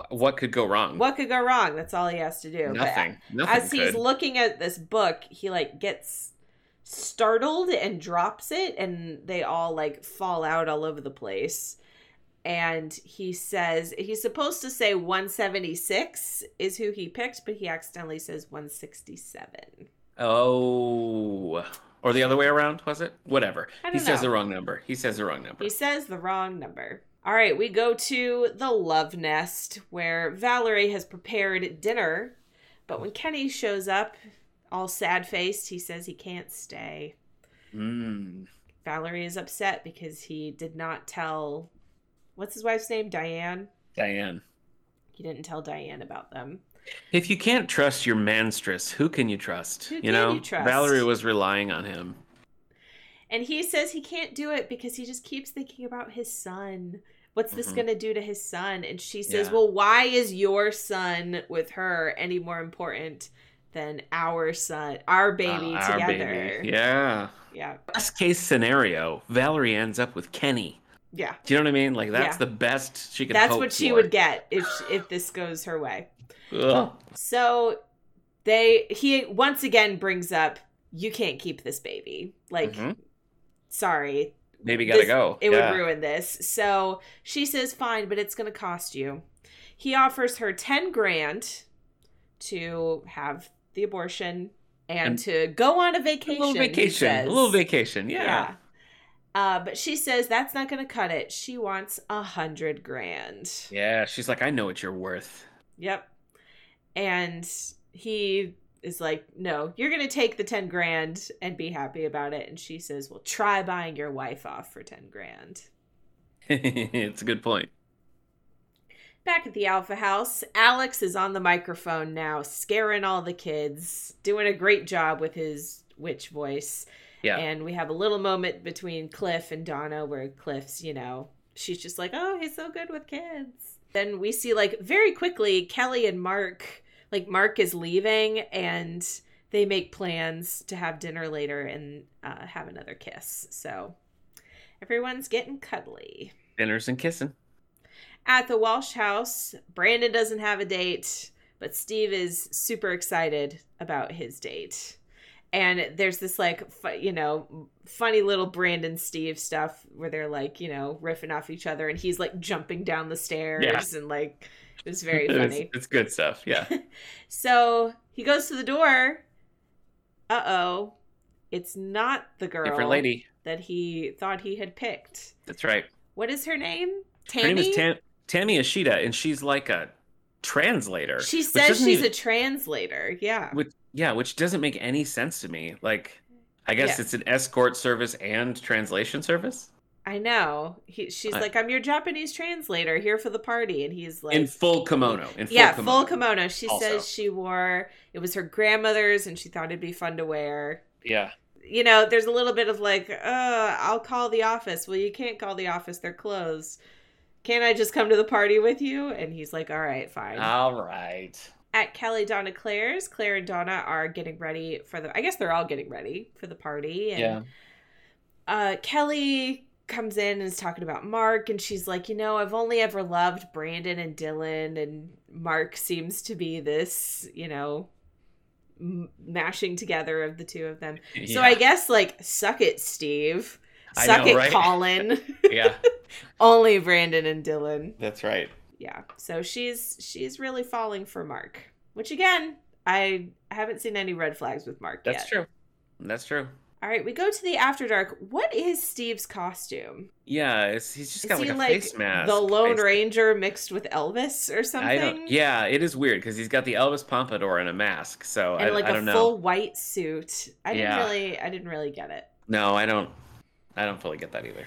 Speaker 1: What could go wrong?
Speaker 2: What could go wrong? That's all he has to do. But
Speaker 1: Nothing. Nothing
Speaker 2: as he's
Speaker 1: could.
Speaker 2: looking at this book, he like gets startled and drops it, and they all like fall out all over the place. And he says he's supposed to say 176 is who he picked, but he accidentally says 167.
Speaker 1: oh. Or the other way around, was it? Whatever.
Speaker 2: I
Speaker 1: He
Speaker 2: don't
Speaker 1: says the
Speaker 2: know.
Speaker 1: wrong number. He says the wrong number.
Speaker 2: He says the wrong number. All right, we go to the love nest where Valerie has prepared dinner, but when Kenny shows up, all sad faced, he says he can't stay.
Speaker 1: Mm.
Speaker 2: Valerie is upset because he did not tell what's his wife's name? Diane.
Speaker 1: Diane.
Speaker 2: He didn't tell Diane about them.
Speaker 1: If you can't trust your manstress, who can you trust?
Speaker 2: Who
Speaker 1: you
Speaker 2: can
Speaker 1: know,
Speaker 2: you trust?
Speaker 1: Valerie was relying on him.
Speaker 2: And he says he can't do it because he just keeps thinking about his son. What's this
Speaker 1: Mhm.
Speaker 2: going to do to his son? And she says,
Speaker 1: Yeah.
Speaker 2: Well, why is your son with her any more important than our son, our baby
Speaker 1: Uh, our
Speaker 2: together?
Speaker 1: baby. Yeah.
Speaker 2: Yeah.
Speaker 1: Best case scenario, Valerie ends up with Kenny.
Speaker 2: Yeah.
Speaker 1: Do you know what I mean? Like that's
Speaker 2: Yeah.
Speaker 1: the best she could.
Speaker 2: That's
Speaker 1: hope
Speaker 2: what she
Speaker 1: for.
Speaker 2: would get if, if this goes her way.
Speaker 1: Ugh.
Speaker 2: So they he once again brings up you can't keep this baby. Like
Speaker 1: Mhm.
Speaker 2: sorry,
Speaker 1: Maybe gotta
Speaker 2: This-
Speaker 1: go.
Speaker 2: it
Speaker 1: Yeah.
Speaker 2: would ruin this. So she says fine, but it's going to cost you. He offers her 10 grand to have the abortion and,
Speaker 1: And-
Speaker 2: to go on a
Speaker 1: A
Speaker 2: vacation.
Speaker 1: little
Speaker 2: he
Speaker 1: vacation.
Speaker 2: says.
Speaker 1: A little vacation. Yeah.
Speaker 2: Uh, but she says that's not going to cut it. She wants a hundred grand.
Speaker 1: Yeah. She's like, I know what you're worth.
Speaker 2: Yep. And he is like, No, you're going to take the 10 grand and be happy about it. And she says, Well, try buying your wife off for 10 grand.
Speaker 1: it's a good point.
Speaker 2: Back at the Alpha House, Alex is on the microphone now, scaring all the kids, doing a great job with his witch voice.
Speaker 1: Yeah.
Speaker 2: And we have a little moment between Cliff and Donna where Cliff's, you know, she's just like, oh, he's so good with kids. Then we see, like, very quickly, Kelly and Mark, like, Mark is leaving and they make plans to have dinner later and uh, have another kiss. So everyone's getting cuddly.
Speaker 1: Dinners and kissing.
Speaker 2: At the Walsh house, Brandon doesn't have a date, but Steve is super excited about his date. And there's this like, fu- you know, funny little Brandon Steve stuff where they're like, you know, riffing off each other, and he's like jumping down the stairs and like, it was very
Speaker 1: It's-
Speaker 2: funny.
Speaker 1: It's, good stuff. Yeah.
Speaker 2: so he goes to the door. Uh oh, it's not the girl
Speaker 1: Different lady.
Speaker 2: that he thought he had picked.
Speaker 1: That's right.
Speaker 2: What is her name? Tammy.
Speaker 1: Her name is Tam- Tammy Ishida, and she's like a translator.
Speaker 2: She
Speaker 1: which
Speaker 2: says
Speaker 1: doesn't
Speaker 2: she's
Speaker 1: even-
Speaker 2: a translator. Yeah.
Speaker 1: which yeah which doesn't make any sense to me like i guess
Speaker 2: Yeah.
Speaker 1: it's an escort service and translation service
Speaker 2: I know. He, she's
Speaker 1: I-
Speaker 2: like, I'm your Japanese translator here for the party. And he's like,
Speaker 1: in full kimono in full
Speaker 2: yeah,
Speaker 1: kimono.
Speaker 2: full kimono. She
Speaker 1: also.
Speaker 2: says she wore, it was her grandmother's and she thought it'd be fun to wear.
Speaker 1: yeah
Speaker 2: You know, there's a little bit of like, uh, I'll call the office. Well, you can't call the office. They're closed. Can't I just come to the party with you? And he's like, all right, fine.
Speaker 1: all right
Speaker 2: At Kelly Donna Claire's, Claire and Donna are getting ready for the, I guess they're all getting ready for the party. And
Speaker 1: yeah
Speaker 2: uh, Kelly comes in and is talking about Mark, and she's like, you know, I've only ever loved Brandon and Dylan, and Mark seems to be this, you know, m- mashing together of the two of them. So I guess like, suck it, Steve.
Speaker 1: I
Speaker 2: Suck
Speaker 1: know,
Speaker 2: it,
Speaker 1: right?
Speaker 2: Colin.
Speaker 1: yeah
Speaker 2: only Brandon and Dylan.
Speaker 1: that's right
Speaker 2: Yeah. So she's she's really falling for Mark, which again, I haven't seen any red flags with Mark
Speaker 1: that's
Speaker 2: yet.
Speaker 1: true that's true
Speaker 2: All right, we go to the After Dark. What is Steve's costume?
Speaker 1: Yeah, it's, he's just
Speaker 2: is
Speaker 1: got
Speaker 2: he
Speaker 1: like a
Speaker 2: like
Speaker 1: face mask.
Speaker 2: the Lone
Speaker 1: basically.
Speaker 2: Ranger mixed with Elvis or something?
Speaker 1: I don't. Yeah, it is weird because he's got the Elvis pompadour and a mask. So I,
Speaker 2: and like
Speaker 1: I
Speaker 2: a
Speaker 1: don't know.
Speaker 2: full white suit. I didn't
Speaker 1: Yeah.
Speaker 2: really, I didn't really get it.
Speaker 1: No, I don't. I don't fully get that either.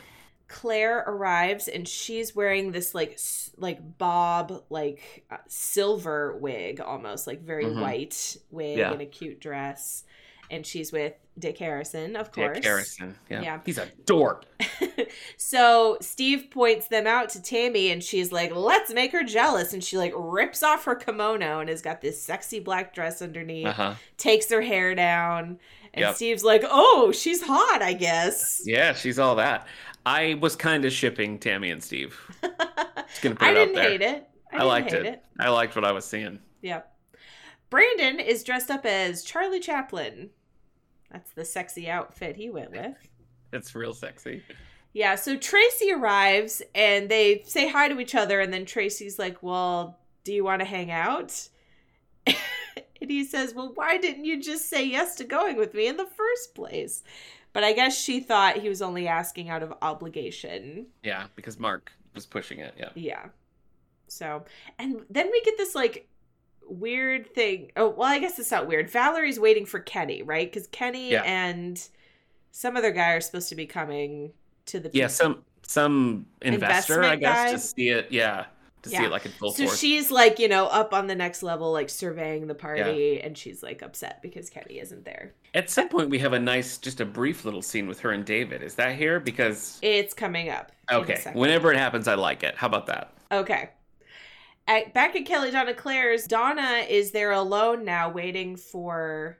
Speaker 2: Claire arrives and she's wearing this like s- like bob like uh, silver wig almost like very
Speaker 1: Mhm.
Speaker 2: white wig
Speaker 1: Yeah.
Speaker 2: and a cute dress and she's with Dick Harrison of course.
Speaker 1: Dick Harrison. Yeah.
Speaker 2: Yeah.
Speaker 1: He's a dork.
Speaker 2: So Steve points them out to Tammy and she's like let's make her jealous and she like rips off her kimono and has got this sexy black dress underneath
Speaker 1: Uh huh.
Speaker 2: takes her hair down and
Speaker 1: Yep.
Speaker 2: Steve's like oh she's hot I guess.
Speaker 1: Yeah, she's all that. I was kind of shipping Tammy and Steve. Just gonna put
Speaker 2: I
Speaker 1: it
Speaker 2: didn't
Speaker 1: out there.
Speaker 2: hate it. I,
Speaker 1: I
Speaker 2: didn't
Speaker 1: liked
Speaker 2: hate
Speaker 1: it. I liked what I was seeing.
Speaker 2: Yep. Brandon is dressed up as Charlie Chaplin. That's the sexy outfit he went with.
Speaker 1: It's real sexy.
Speaker 2: Yeah, so Tracy arrives and they say hi to each other, and then Tracy's like, Well, do you want to hang out? and he says, Well, why didn't you just say yes to going with me in the first place? But I guess she thought he was only asking out of obligation.
Speaker 1: Yeah, because Mark was pushing it. Yeah.
Speaker 2: Yeah. So, and then we get this like weird thing. Oh, well, I guess it's not weird. Valerie's waiting for Kenny, right? Because Kenny
Speaker 1: Yeah.
Speaker 2: and some other guy are supposed to be coming to the.
Speaker 1: Yeah. Some some investor, I
Speaker 2: Investment
Speaker 1: guess,
Speaker 2: guy?
Speaker 1: to see it. Yeah. To see
Speaker 2: Yeah.
Speaker 1: it like in full
Speaker 2: So
Speaker 1: force.
Speaker 2: she's like, you know, up on the next level, like surveying the party, and she's like upset because Kenny isn't there.
Speaker 1: At some point, we have a nice, just a brief little scene with her and David. Is that here? Because
Speaker 2: It's coming up. in a
Speaker 1: okay,
Speaker 2: second.
Speaker 1: whenever it happens, I like it. How about that?
Speaker 2: Okay. At, back at Kelly Donna Claire's, Donna is there alone now, waiting for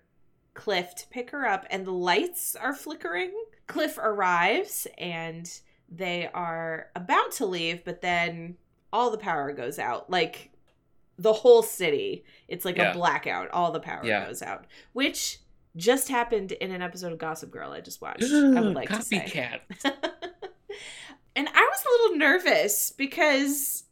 Speaker 2: Cliff to pick her up, and the lights are flickering. Cliff arrives, and they are about to leave, but then all the power goes out. Like the whole city, it's like
Speaker 1: Yeah.
Speaker 2: a blackout. All the power
Speaker 1: Yeah.
Speaker 2: goes out, which just happened in an episode of Gossip Girl I just watched. I would like to say
Speaker 1: Copycat.
Speaker 2: and I was a little nervous because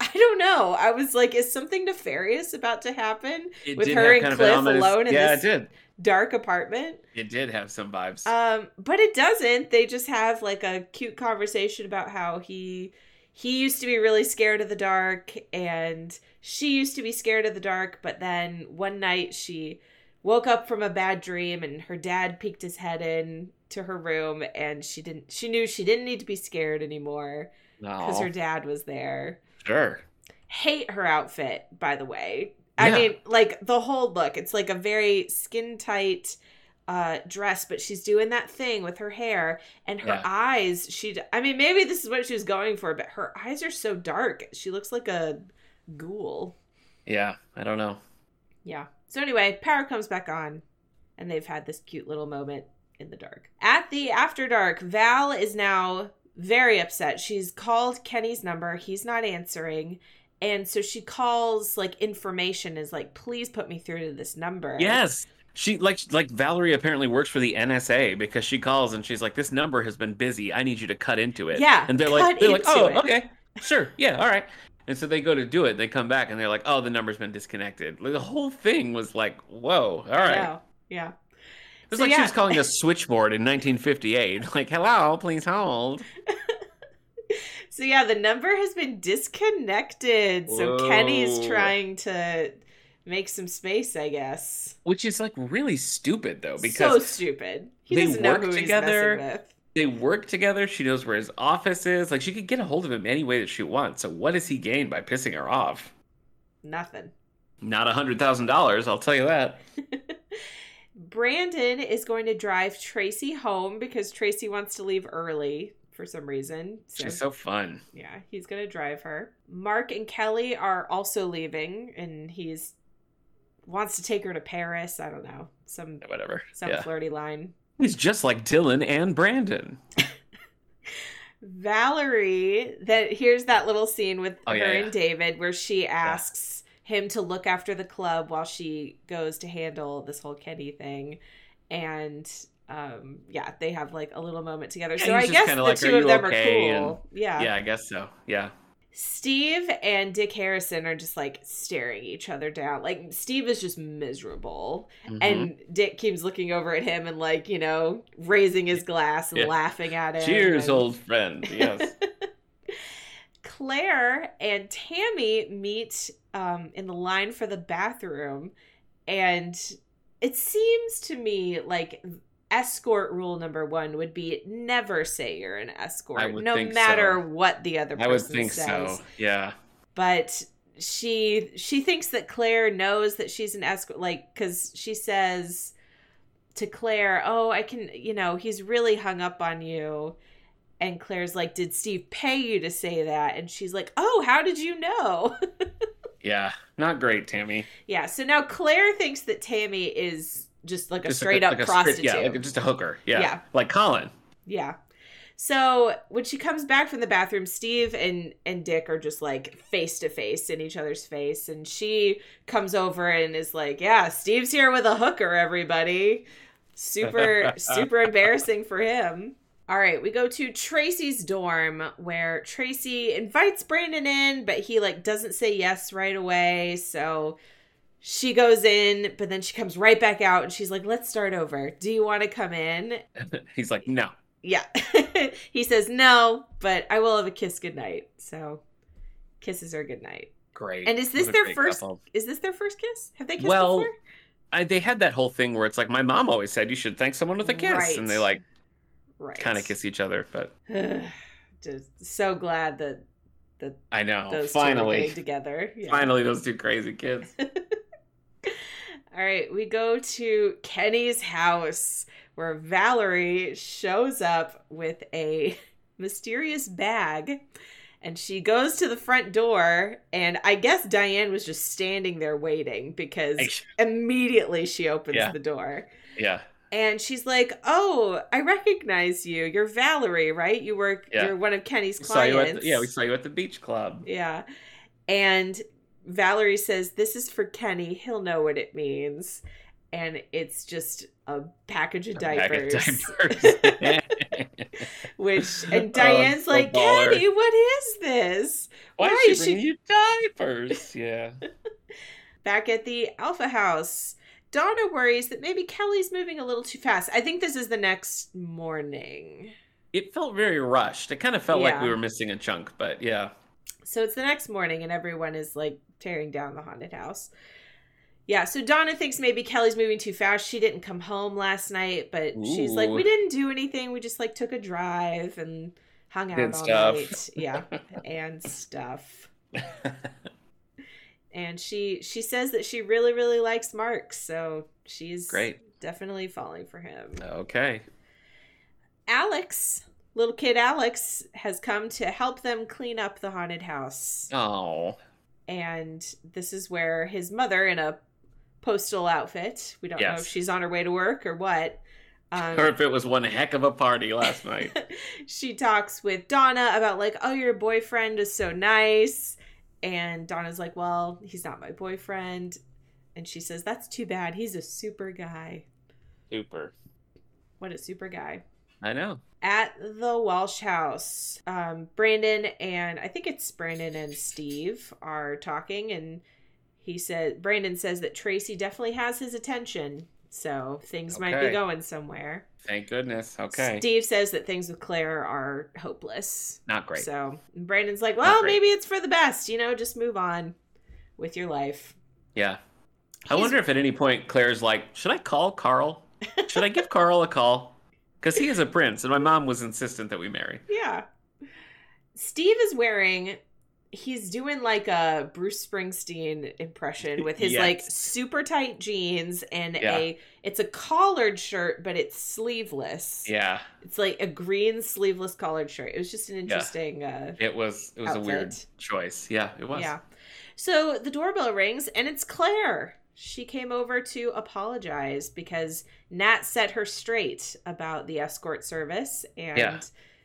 Speaker 2: I don't know. I was like, is something nefarious about to happen?
Speaker 1: It
Speaker 2: With
Speaker 1: did
Speaker 2: her
Speaker 1: have
Speaker 2: and
Speaker 1: kind of
Speaker 2: Cliff
Speaker 1: an ominous,
Speaker 2: alone in
Speaker 1: Yeah,
Speaker 2: this-
Speaker 1: it did.
Speaker 2: Dark apartment.
Speaker 1: It did have some vibes.
Speaker 2: Um, but it doesn't. They just have like a cute conversation about how he he used to be really scared of the dark and she used to be scared of the dark, but then one night she woke up from a bad dream and her dad peeked his head in to her room and she didn't she knew she didn't need to be scared anymore because
Speaker 1: Aw,
Speaker 2: her dad was there.
Speaker 1: sure.
Speaker 2: hate her outfit by the way i
Speaker 1: Yeah.
Speaker 2: mean like the whole look it's like a very skin tight uh dress but she's doing that thing with her hair and her
Speaker 1: Yeah.
Speaker 2: eyes she i mean maybe this is what she was going for but her eyes are so dark she looks like a ghoul
Speaker 1: Yeah, I don't know.
Speaker 2: yeah so anyway power comes back on and they've had this cute little moment in the dark at the after dark val is now very upset she's called kenny's number he's not answering and so she calls like information is like please put me through to this number
Speaker 1: Yes. She like like Valerie apparently works for the NSA because she calls and she's like, "This number has been busy. I need you to cut into it."
Speaker 2: Yeah,
Speaker 1: and they're
Speaker 2: cut
Speaker 1: like, "They're like,
Speaker 2: into
Speaker 1: oh,
Speaker 2: it."
Speaker 1: okay, sure, yeah, all right." And so they go to do it. They come back and they're like, "Oh, the number's been disconnected." Like, the whole thing was like, "Whoa, all right."
Speaker 2: yeah yeah
Speaker 1: It was
Speaker 2: So,
Speaker 1: like she
Speaker 2: yeah.
Speaker 1: was calling a switchboard in 1958. Like, "Hello, please hold."
Speaker 2: so yeah the number has been disconnected so
Speaker 1: Whoa.
Speaker 2: kenny's trying to make some space i guess
Speaker 1: Which is like really stupid though
Speaker 2: so
Speaker 1: Oh, because
Speaker 2: stupid he
Speaker 1: they
Speaker 2: doesn't know
Speaker 1: work
Speaker 2: who
Speaker 1: together.
Speaker 2: he's messing with
Speaker 1: they work together. She knows where his office is. Like, she could get a hold of him any way that she wants. So what does he gain by pissing her off?
Speaker 2: nothing
Speaker 1: Not a hundred thousand dollars, I'll tell you that.
Speaker 2: Brandon is going to drive Tracy home because Tracy wants to leave early for some reason. So,
Speaker 1: She's so fun.
Speaker 2: yeah, he's going to drive her. Mark and Kelly are also leaving and he's wants to take her to Paris, I don't know. Some
Speaker 1: Whatever.
Speaker 2: some
Speaker 1: yeah.
Speaker 2: flirty line.
Speaker 1: He's just like Dylan and Brandon.
Speaker 2: Valerie that here's that little scene with
Speaker 1: Oh,
Speaker 2: her
Speaker 1: yeah, yeah.
Speaker 2: and David where she asks him to look after the club while she goes to handle this whole Kenny thing, and um, yeah, they have like a little moment together.
Speaker 1: Yeah, he's
Speaker 2: so I
Speaker 1: just
Speaker 2: guess
Speaker 1: kinda
Speaker 2: the
Speaker 1: like, "Are
Speaker 2: two of
Speaker 1: you
Speaker 2: them
Speaker 1: okay?"
Speaker 2: are cool. yeah,
Speaker 1: Yeah, I guess so. Yeah.
Speaker 2: Steve and Dick Harrison are just like staring each other down. Like Steve is just miserable,
Speaker 1: Mm-hmm.
Speaker 2: and Dick keeps looking over at him and like you know raising his glass and
Speaker 1: Yeah.
Speaker 2: laughing at him.
Speaker 1: Cheers,
Speaker 2: and-
Speaker 1: old friend. Yes.
Speaker 2: Claire and Tammy meet um, in the line for the bathroom, and it seems to me like escort rule number one would be never say you're an
Speaker 1: I
Speaker 2: escort,
Speaker 1: would
Speaker 2: no
Speaker 1: think
Speaker 2: matter
Speaker 1: so.
Speaker 2: what the other person
Speaker 1: I would think
Speaker 2: says.
Speaker 1: so. Yeah.
Speaker 2: But she she thinks that Claire knows that she's an escort, like because she says to Claire, "Oh, I can, you know, he's really hung up on you." And Claire's like, "Did Steve pay you to say that?" And she's like, "Oh, how did you know?"
Speaker 1: Yeah. Not great, Tammy.
Speaker 2: yeah. So now Claire thinks that Tammy is just like a
Speaker 1: Just like
Speaker 2: straight up
Speaker 1: like a
Speaker 2: prostitute.
Speaker 1: yeah, like just a hooker. Yeah.
Speaker 2: Yeah.
Speaker 1: Like Colin.
Speaker 2: Yeah. So when she comes back from the bathroom, Steve and and Dick are just like face to face in each other's face, and she comes over and is like, "Yeah, Steve's here with a hooker, everybody." Super super embarrassing for him. All right, we go to Tracy's dorm where Tracy invites Brandon in, but he like doesn't say yes right away. So she goes in, but then she comes right back out and she's like, "Let's start over. Do you want to come in?"
Speaker 1: He's like, no.
Speaker 2: yeah he says no but i will have a kiss goodnight so kisses are goodnight
Speaker 1: Great.
Speaker 2: and is
Speaker 1: What
Speaker 2: this
Speaker 1: a
Speaker 2: their
Speaker 1: great
Speaker 2: first
Speaker 1: couple.
Speaker 2: is this their first kiss have they kissed
Speaker 1: Well,
Speaker 2: before
Speaker 1: I, they had that whole thing where it's like my mom always said you should thank someone with a kiss,
Speaker 2: Right.
Speaker 1: and they like
Speaker 2: right
Speaker 1: kind of kiss each other. But
Speaker 2: just so glad that that
Speaker 1: I know
Speaker 2: those two
Speaker 1: Oh,
Speaker 2: were
Speaker 1: finally,
Speaker 2: made together Yeah.
Speaker 1: finally those two crazy kids.
Speaker 2: all right we go to kenny's house where valerie shows up with a mysterious bag and she goes to the front door and i guess diane was just standing there waiting because immediately she opens
Speaker 1: Yeah.
Speaker 2: the door
Speaker 1: yeah,
Speaker 2: and she's like oh i recognize you you're valerie right you work
Speaker 1: Yeah.
Speaker 2: you're one of kenny's
Speaker 1: we saw you
Speaker 2: clients
Speaker 1: at the, yeah we saw you at the beach club.
Speaker 2: yeah and valerie says this is for kenny he'll know what it means and it's just a package of
Speaker 1: A bag of
Speaker 2: diapers
Speaker 1: diapers.
Speaker 2: which
Speaker 1: Oh,
Speaker 2: and diane's
Speaker 1: so
Speaker 2: like
Speaker 1: baller.
Speaker 2: kenny what is this
Speaker 1: Why
Speaker 2: Why
Speaker 1: is
Speaker 2: is
Speaker 1: she
Speaker 2: she-
Speaker 1: bringing you diapers? Yeah,
Speaker 2: Back at the Alpha House, Donna worries that maybe Kelly's moving a little too fast. I think this is the next morning.
Speaker 1: it felt very rushed. It kind of felt like
Speaker 2: Yeah.
Speaker 1: we were missing a chunk, but yeah,
Speaker 2: So it's the next morning, and everyone is like tearing down the haunted house. Yeah, so Donna thinks maybe Kelly's moving too fast. She didn't come home last night, but she's like,
Speaker 1: Ooh.
Speaker 2: we didn't do anything. We just like took a drive and hung out
Speaker 1: Did
Speaker 2: all
Speaker 1: stuff.
Speaker 2: night. Yeah, and stuff. and she she says that she really really likes Mark, so she's
Speaker 1: great.
Speaker 2: definitely falling for him.
Speaker 1: Okay,
Speaker 2: Alex, little kid Alex, has come to help them clean up the haunted house.
Speaker 1: oh,
Speaker 2: And this is where his mother, in a postal outfit, we don't know if
Speaker 1: Yes.
Speaker 2: she's on her way to work or what,
Speaker 1: or
Speaker 2: um,
Speaker 1: if it was one heck of a party last night.
Speaker 2: she talks with Donna about, like, oh, your boyfriend is so nice. And Donna's like, well, he's not my boyfriend. And she says, that's too bad. He's a super guy.
Speaker 1: Super.
Speaker 2: What a super guy.
Speaker 1: I know.
Speaker 2: at the Walsh house. Um, Brandon and I think it's Brandon and Steve are talking, and he said Brandon says that Tracy definitely has his attention, so things might be
Speaker 1: Okay.
Speaker 2: going somewhere.
Speaker 1: Thank goodness. Okay,
Speaker 2: Steve says that things with Claire are hopeless.
Speaker 1: not great.
Speaker 2: So Brandon's like, well,
Speaker 1: great.
Speaker 2: maybe it's for the best. You know, just move on with your life.
Speaker 1: Yeah. I
Speaker 2: He's-
Speaker 1: wonder if at any point Claire's like, should I call Carl? Should I give Carl a call? Because he is a prince, and my mom was insistent that we marry.
Speaker 2: Yeah. Steve is wearing he's doing like a Bruce Springsteen impression with his
Speaker 1: Yes.
Speaker 2: like super tight jeans and
Speaker 1: Yeah.
Speaker 2: a it's a collared shirt but it's sleeveless.
Speaker 1: Yeah,
Speaker 2: It's like a green sleeveless collared shirt. It was just an interesting uh
Speaker 1: it was it was a weird
Speaker 2: Outfit.
Speaker 1: choice. Yeah, it was.
Speaker 2: yeah. So the doorbell rings and it's Claire. She came over to apologize because Nat set her straight about the escort service and
Speaker 1: Yeah.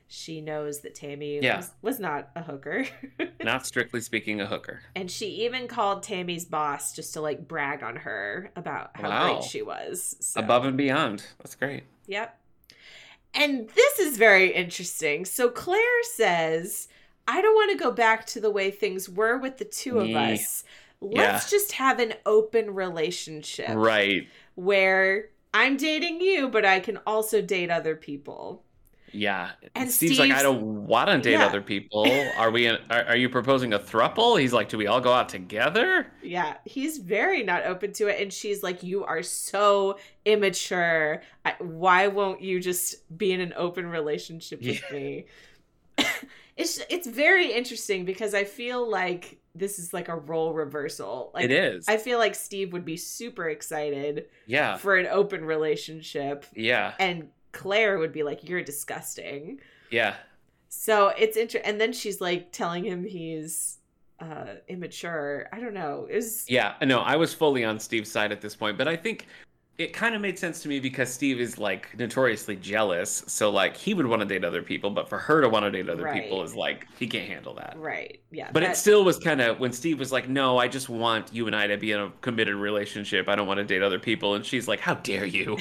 Speaker 2: she knows that Tammy
Speaker 1: Yeah.
Speaker 2: was, was not a hooker.
Speaker 1: Not strictly speaking, a hooker.
Speaker 2: And she even called Tammy's boss just to like brag on her about how
Speaker 1: Wow.
Speaker 2: great she was. So,
Speaker 1: Above and beyond. That's great.
Speaker 2: Yep. And this is very interesting. So Claire says, I don't want to go back to the way things were with the two of
Speaker 1: Yeah.
Speaker 2: us. Let's just have an open relationship
Speaker 1: Right.
Speaker 2: where I'm dating you, but I can also date other people.
Speaker 1: Yeah.
Speaker 2: And
Speaker 1: Steve's like, I
Speaker 2: Steve's-
Speaker 1: don't want to date
Speaker 2: Yeah.
Speaker 1: other people. Are we? In, are, are you proposing a thruple? He's like, do we all go out together?
Speaker 2: Yeah, he's very not open to it. And she's like, You are so immature. I, why won't you just be in an open relationship with me? it's it's very interesting because I feel like this is like a role reversal. Like
Speaker 1: it is.
Speaker 2: I feel like Steve would be super excited
Speaker 1: yeah.
Speaker 2: for an open relationship
Speaker 1: Yeah.
Speaker 2: and Claire would be like, You're disgusting.
Speaker 1: Yeah.
Speaker 2: So it's interesting. And then she's like telling him he's uh immature. I don't know. It was
Speaker 1: Yeah, no, I was fully on Steve's side at this point, but I think it kind of made sense to me because Steve is like notoriously jealous. So like he would want to date other people, but for her to want to date other
Speaker 2: Right.
Speaker 1: people is like he can't handle that.
Speaker 2: Right. Yeah.
Speaker 1: But
Speaker 2: that-
Speaker 1: it still was kind of when Steve was like, "No, I just want you and I to be in a committed relationship. I don't want to date other people." And she's like, "How dare you?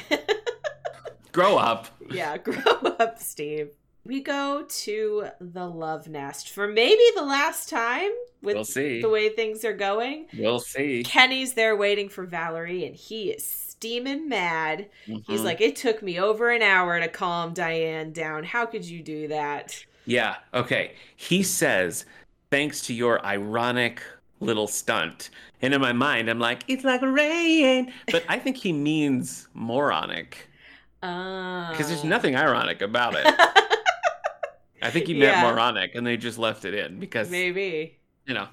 Speaker 1: Grow up."
Speaker 2: yeah, grow up, Steve. We go to the love nest for maybe the last time with
Speaker 1: we'll see.
Speaker 2: the way things are going.
Speaker 1: We'll see.
Speaker 2: Kenny's there waiting for Valerie and he is steaming mad. He's
Speaker 1: Mhm.
Speaker 2: like, It took me over an hour to calm Diane down. How could you do that?
Speaker 1: Yeah. Okay. He says, thanks to your ironic little stunt. And in my mind, I'm like, it's like rain. But I think he means moronic because
Speaker 2: Because
Speaker 1: there's nothing ironic about it. I think he meant
Speaker 2: Yeah.
Speaker 1: moronic and they just left it in because,
Speaker 2: Maybe.
Speaker 1: you know,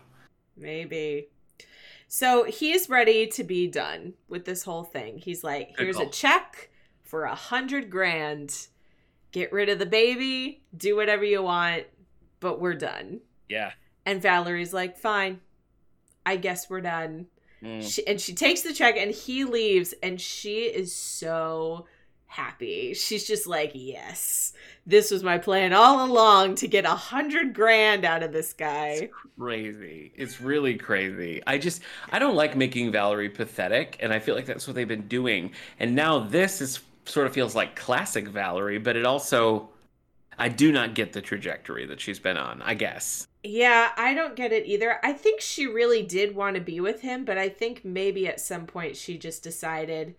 Speaker 2: Maybe. So he's ready to be done with this whole thing. He's like,
Speaker 1: Good
Speaker 2: here's a
Speaker 1: call.
Speaker 2: check for a hundred grand. Get rid of the baby, do whatever you want, but we're done.
Speaker 1: yeah.
Speaker 2: And Valerie's like, fine, I guess we're done.
Speaker 1: Mm.
Speaker 2: She, and she takes the check and he leaves, and she is so happy. She's just like, yes, this was my plan all along to get a hundred grand out of this guy.
Speaker 1: Crazy. It's really crazy. I just, I don't like making Valerie pathetic. And I feel like that's what they've been doing. And now this is sort of feels like classic Valerie, but it also, I do not get the trajectory that she's been on, I guess.
Speaker 2: Yeah, I don't get it either. I think she really did want to be with him, but I think maybe at some point she just decided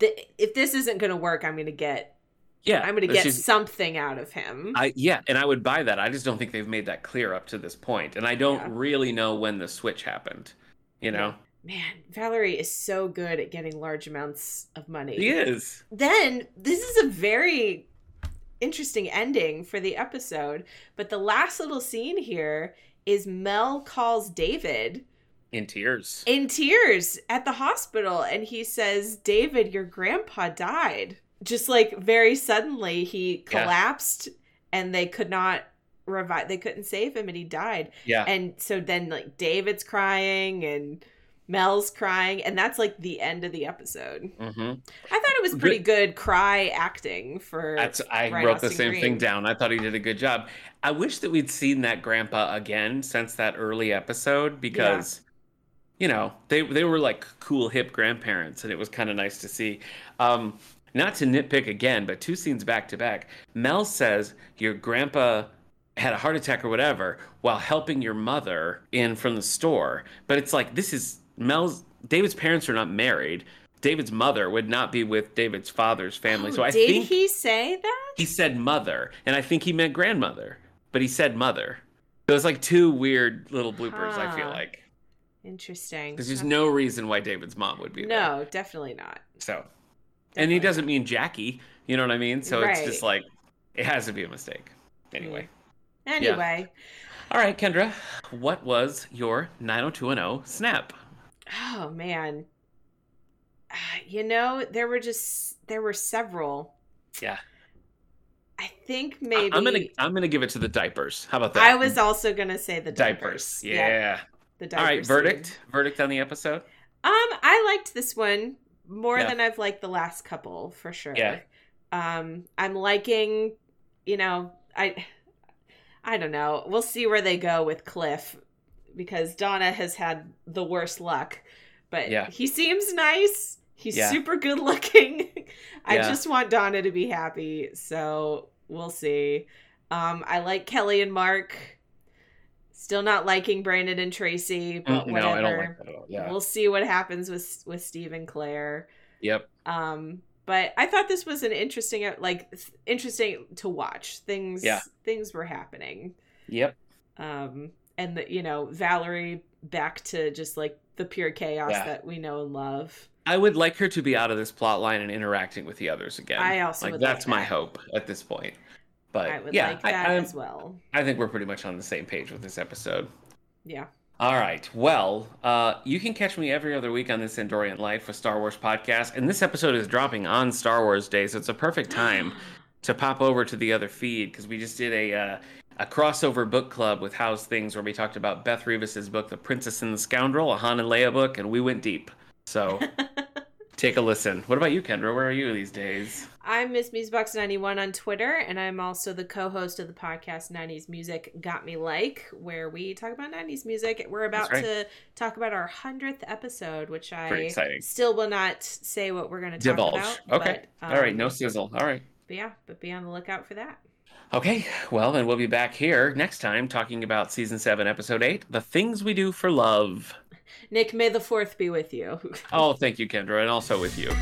Speaker 2: that if this isn't going to work, I'm going to get
Speaker 1: Yeah.
Speaker 2: I'm going to
Speaker 1: but
Speaker 2: get
Speaker 1: she's-
Speaker 2: something out of him.
Speaker 1: I, yeah, and I would buy that. I just don't think they've made that clear up to this point, and I don't
Speaker 2: Yeah.
Speaker 1: really know when the switch happened. You know,
Speaker 2: Man, Valerie is so good at getting large amounts of money.
Speaker 1: he is.
Speaker 2: Then this is a very interesting ending for the episode, but the last little scene here is Mel calls David
Speaker 1: in tears.
Speaker 2: in tears at the hospital and he says, David, your grandpa died. Just like very suddenly, he
Speaker 1: Yeah.
Speaker 2: collapsed and they could not revive, they couldn't save him and he died.
Speaker 1: Yeah,
Speaker 2: And so then, like, David's crying and Mel's crying, and that's like the end of the episode.
Speaker 1: hmm
Speaker 2: I thought it was pretty good cry acting for.
Speaker 1: that's. I
Speaker 2: Brian
Speaker 1: wrote the
Speaker 2: Austin
Speaker 1: same
Speaker 2: Green.
Speaker 1: thing down. I thought he did a good job. I wish that we'd seen that grandpa again since that early episode because, you know, they they were like cool hip grandparents, and it was kind of nice to see. Um, not to nitpick again, but two scenes back to back, Mel says your grandpa had a heart attack or whatever while helping your mother in from the store. But it's like this is Mel's David's parents are not married. David's mother would not be with David's father's family.
Speaker 2: Oh,
Speaker 1: so I
Speaker 2: did
Speaker 1: think
Speaker 2: he say that?
Speaker 1: he said mother, and I think he meant grandmother, but he said mother. So it's like two weird little bloopers, I feel
Speaker 2: Huh.
Speaker 1: like.
Speaker 2: Interesting.
Speaker 1: Because there's no reason why David's mom would be there.
Speaker 2: no, definitely not.
Speaker 1: So and he
Speaker 2: Definitely
Speaker 1: doesn't mean Jackie. You know what I mean? So it's just like
Speaker 2: Right.
Speaker 1: it has to be a mistake. Anyway.
Speaker 2: not. Anyway.
Speaker 1: All right, Kendra, what was your 90210 snap?
Speaker 2: Oh man. Ah, You know, there were just there were several.
Speaker 1: Yeah.
Speaker 2: I think
Speaker 1: I-
Speaker 2: maybe
Speaker 1: I'm going to I'm going to give it to the diapers. How about that?
Speaker 2: I was also gonna say the diapers.
Speaker 1: diapers. Yeah.
Speaker 2: the
Speaker 1: All right,
Speaker 2: diaper
Speaker 1: verdict.
Speaker 2: scene.
Speaker 1: Verdict on the episode?
Speaker 2: Um, I liked this one more
Speaker 1: Yeah.
Speaker 2: than I've liked the last couple for sure.
Speaker 1: Yeah.
Speaker 2: Um, I'm liking, you know, I I don't know. We'll see where they go with Cliff because Donna has had the worst luck. But
Speaker 1: Yeah.
Speaker 2: he seems nice. He's
Speaker 1: Yeah.
Speaker 2: super good looking. I
Speaker 1: Yeah.
Speaker 2: just want Donna to be happy. So we'll see. Um, I like Kelly and Mark. Still not liking Brandon and Tracy, but
Speaker 1: Mm, no,
Speaker 2: whatever.
Speaker 1: I don't like that at all. Yeah.
Speaker 2: We'll see what happens with with Steve and Claire.
Speaker 1: Yep.
Speaker 2: Um, but I thought this was an interesting, uh, like, th- interesting to watch. Things,
Speaker 1: Yeah.
Speaker 2: things were happening.
Speaker 1: Yep.
Speaker 2: Um, and the, you know, Valerie back to just like the pure chaos
Speaker 1: Yeah.
Speaker 2: that we know and love.
Speaker 1: I would like her to be out of this plot line and interacting with the others again.
Speaker 2: I also
Speaker 1: like
Speaker 2: would like
Speaker 1: that's my
Speaker 2: that.
Speaker 1: hope at this point. But
Speaker 2: I would
Speaker 1: yeah,
Speaker 2: like
Speaker 1: I-
Speaker 2: that
Speaker 1: I,
Speaker 2: as well.
Speaker 1: I think we're pretty much on the same page with this episode.
Speaker 2: Yeah.
Speaker 1: All right. Well, uh, you can catch me every other week on this Endorian Life with Star Wars podcast, and this episode is dropping on Star Wars Day, so it's a perfect time to pop over to the other feed because we just did a uh, a crossover book club with How's Things, where we talked about Beth Revis's book, The Princess and the Scoundrel, a Han and Leia book, and we went deep. So take a listen. What about you, Kendra? Where are you these days?
Speaker 2: I'm Miss Musebox91 on Twitter, and I'm also the co host of the podcast 90s Music Got Me Like, where we talk about 90s music. We're about
Speaker 1: That's
Speaker 2: to talk about our 100th episode, which
Speaker 1: Pretty
Speaker 2: I
Speaker 1: exciting.
Speaker 2: still will not say what we're going to talk
Speaker 1: Divulge.
Speaker 2: about.
Speaker 1: Okay.
Speaker 2: but,
Speaker 1: All right.
Speaker 2: um,
Speaker 1: No sizzle. All right.
Speaker 2: But yeah, but be on the lookout for that.
Speaker 1: Okay, well, then we'll be back here next time talking about season seven, episode eight The Things We Do for Love.
Speaker 2: Nick, may the 4th be with you.
Speaker 1: Oh, thank you, Kendra, and also with you.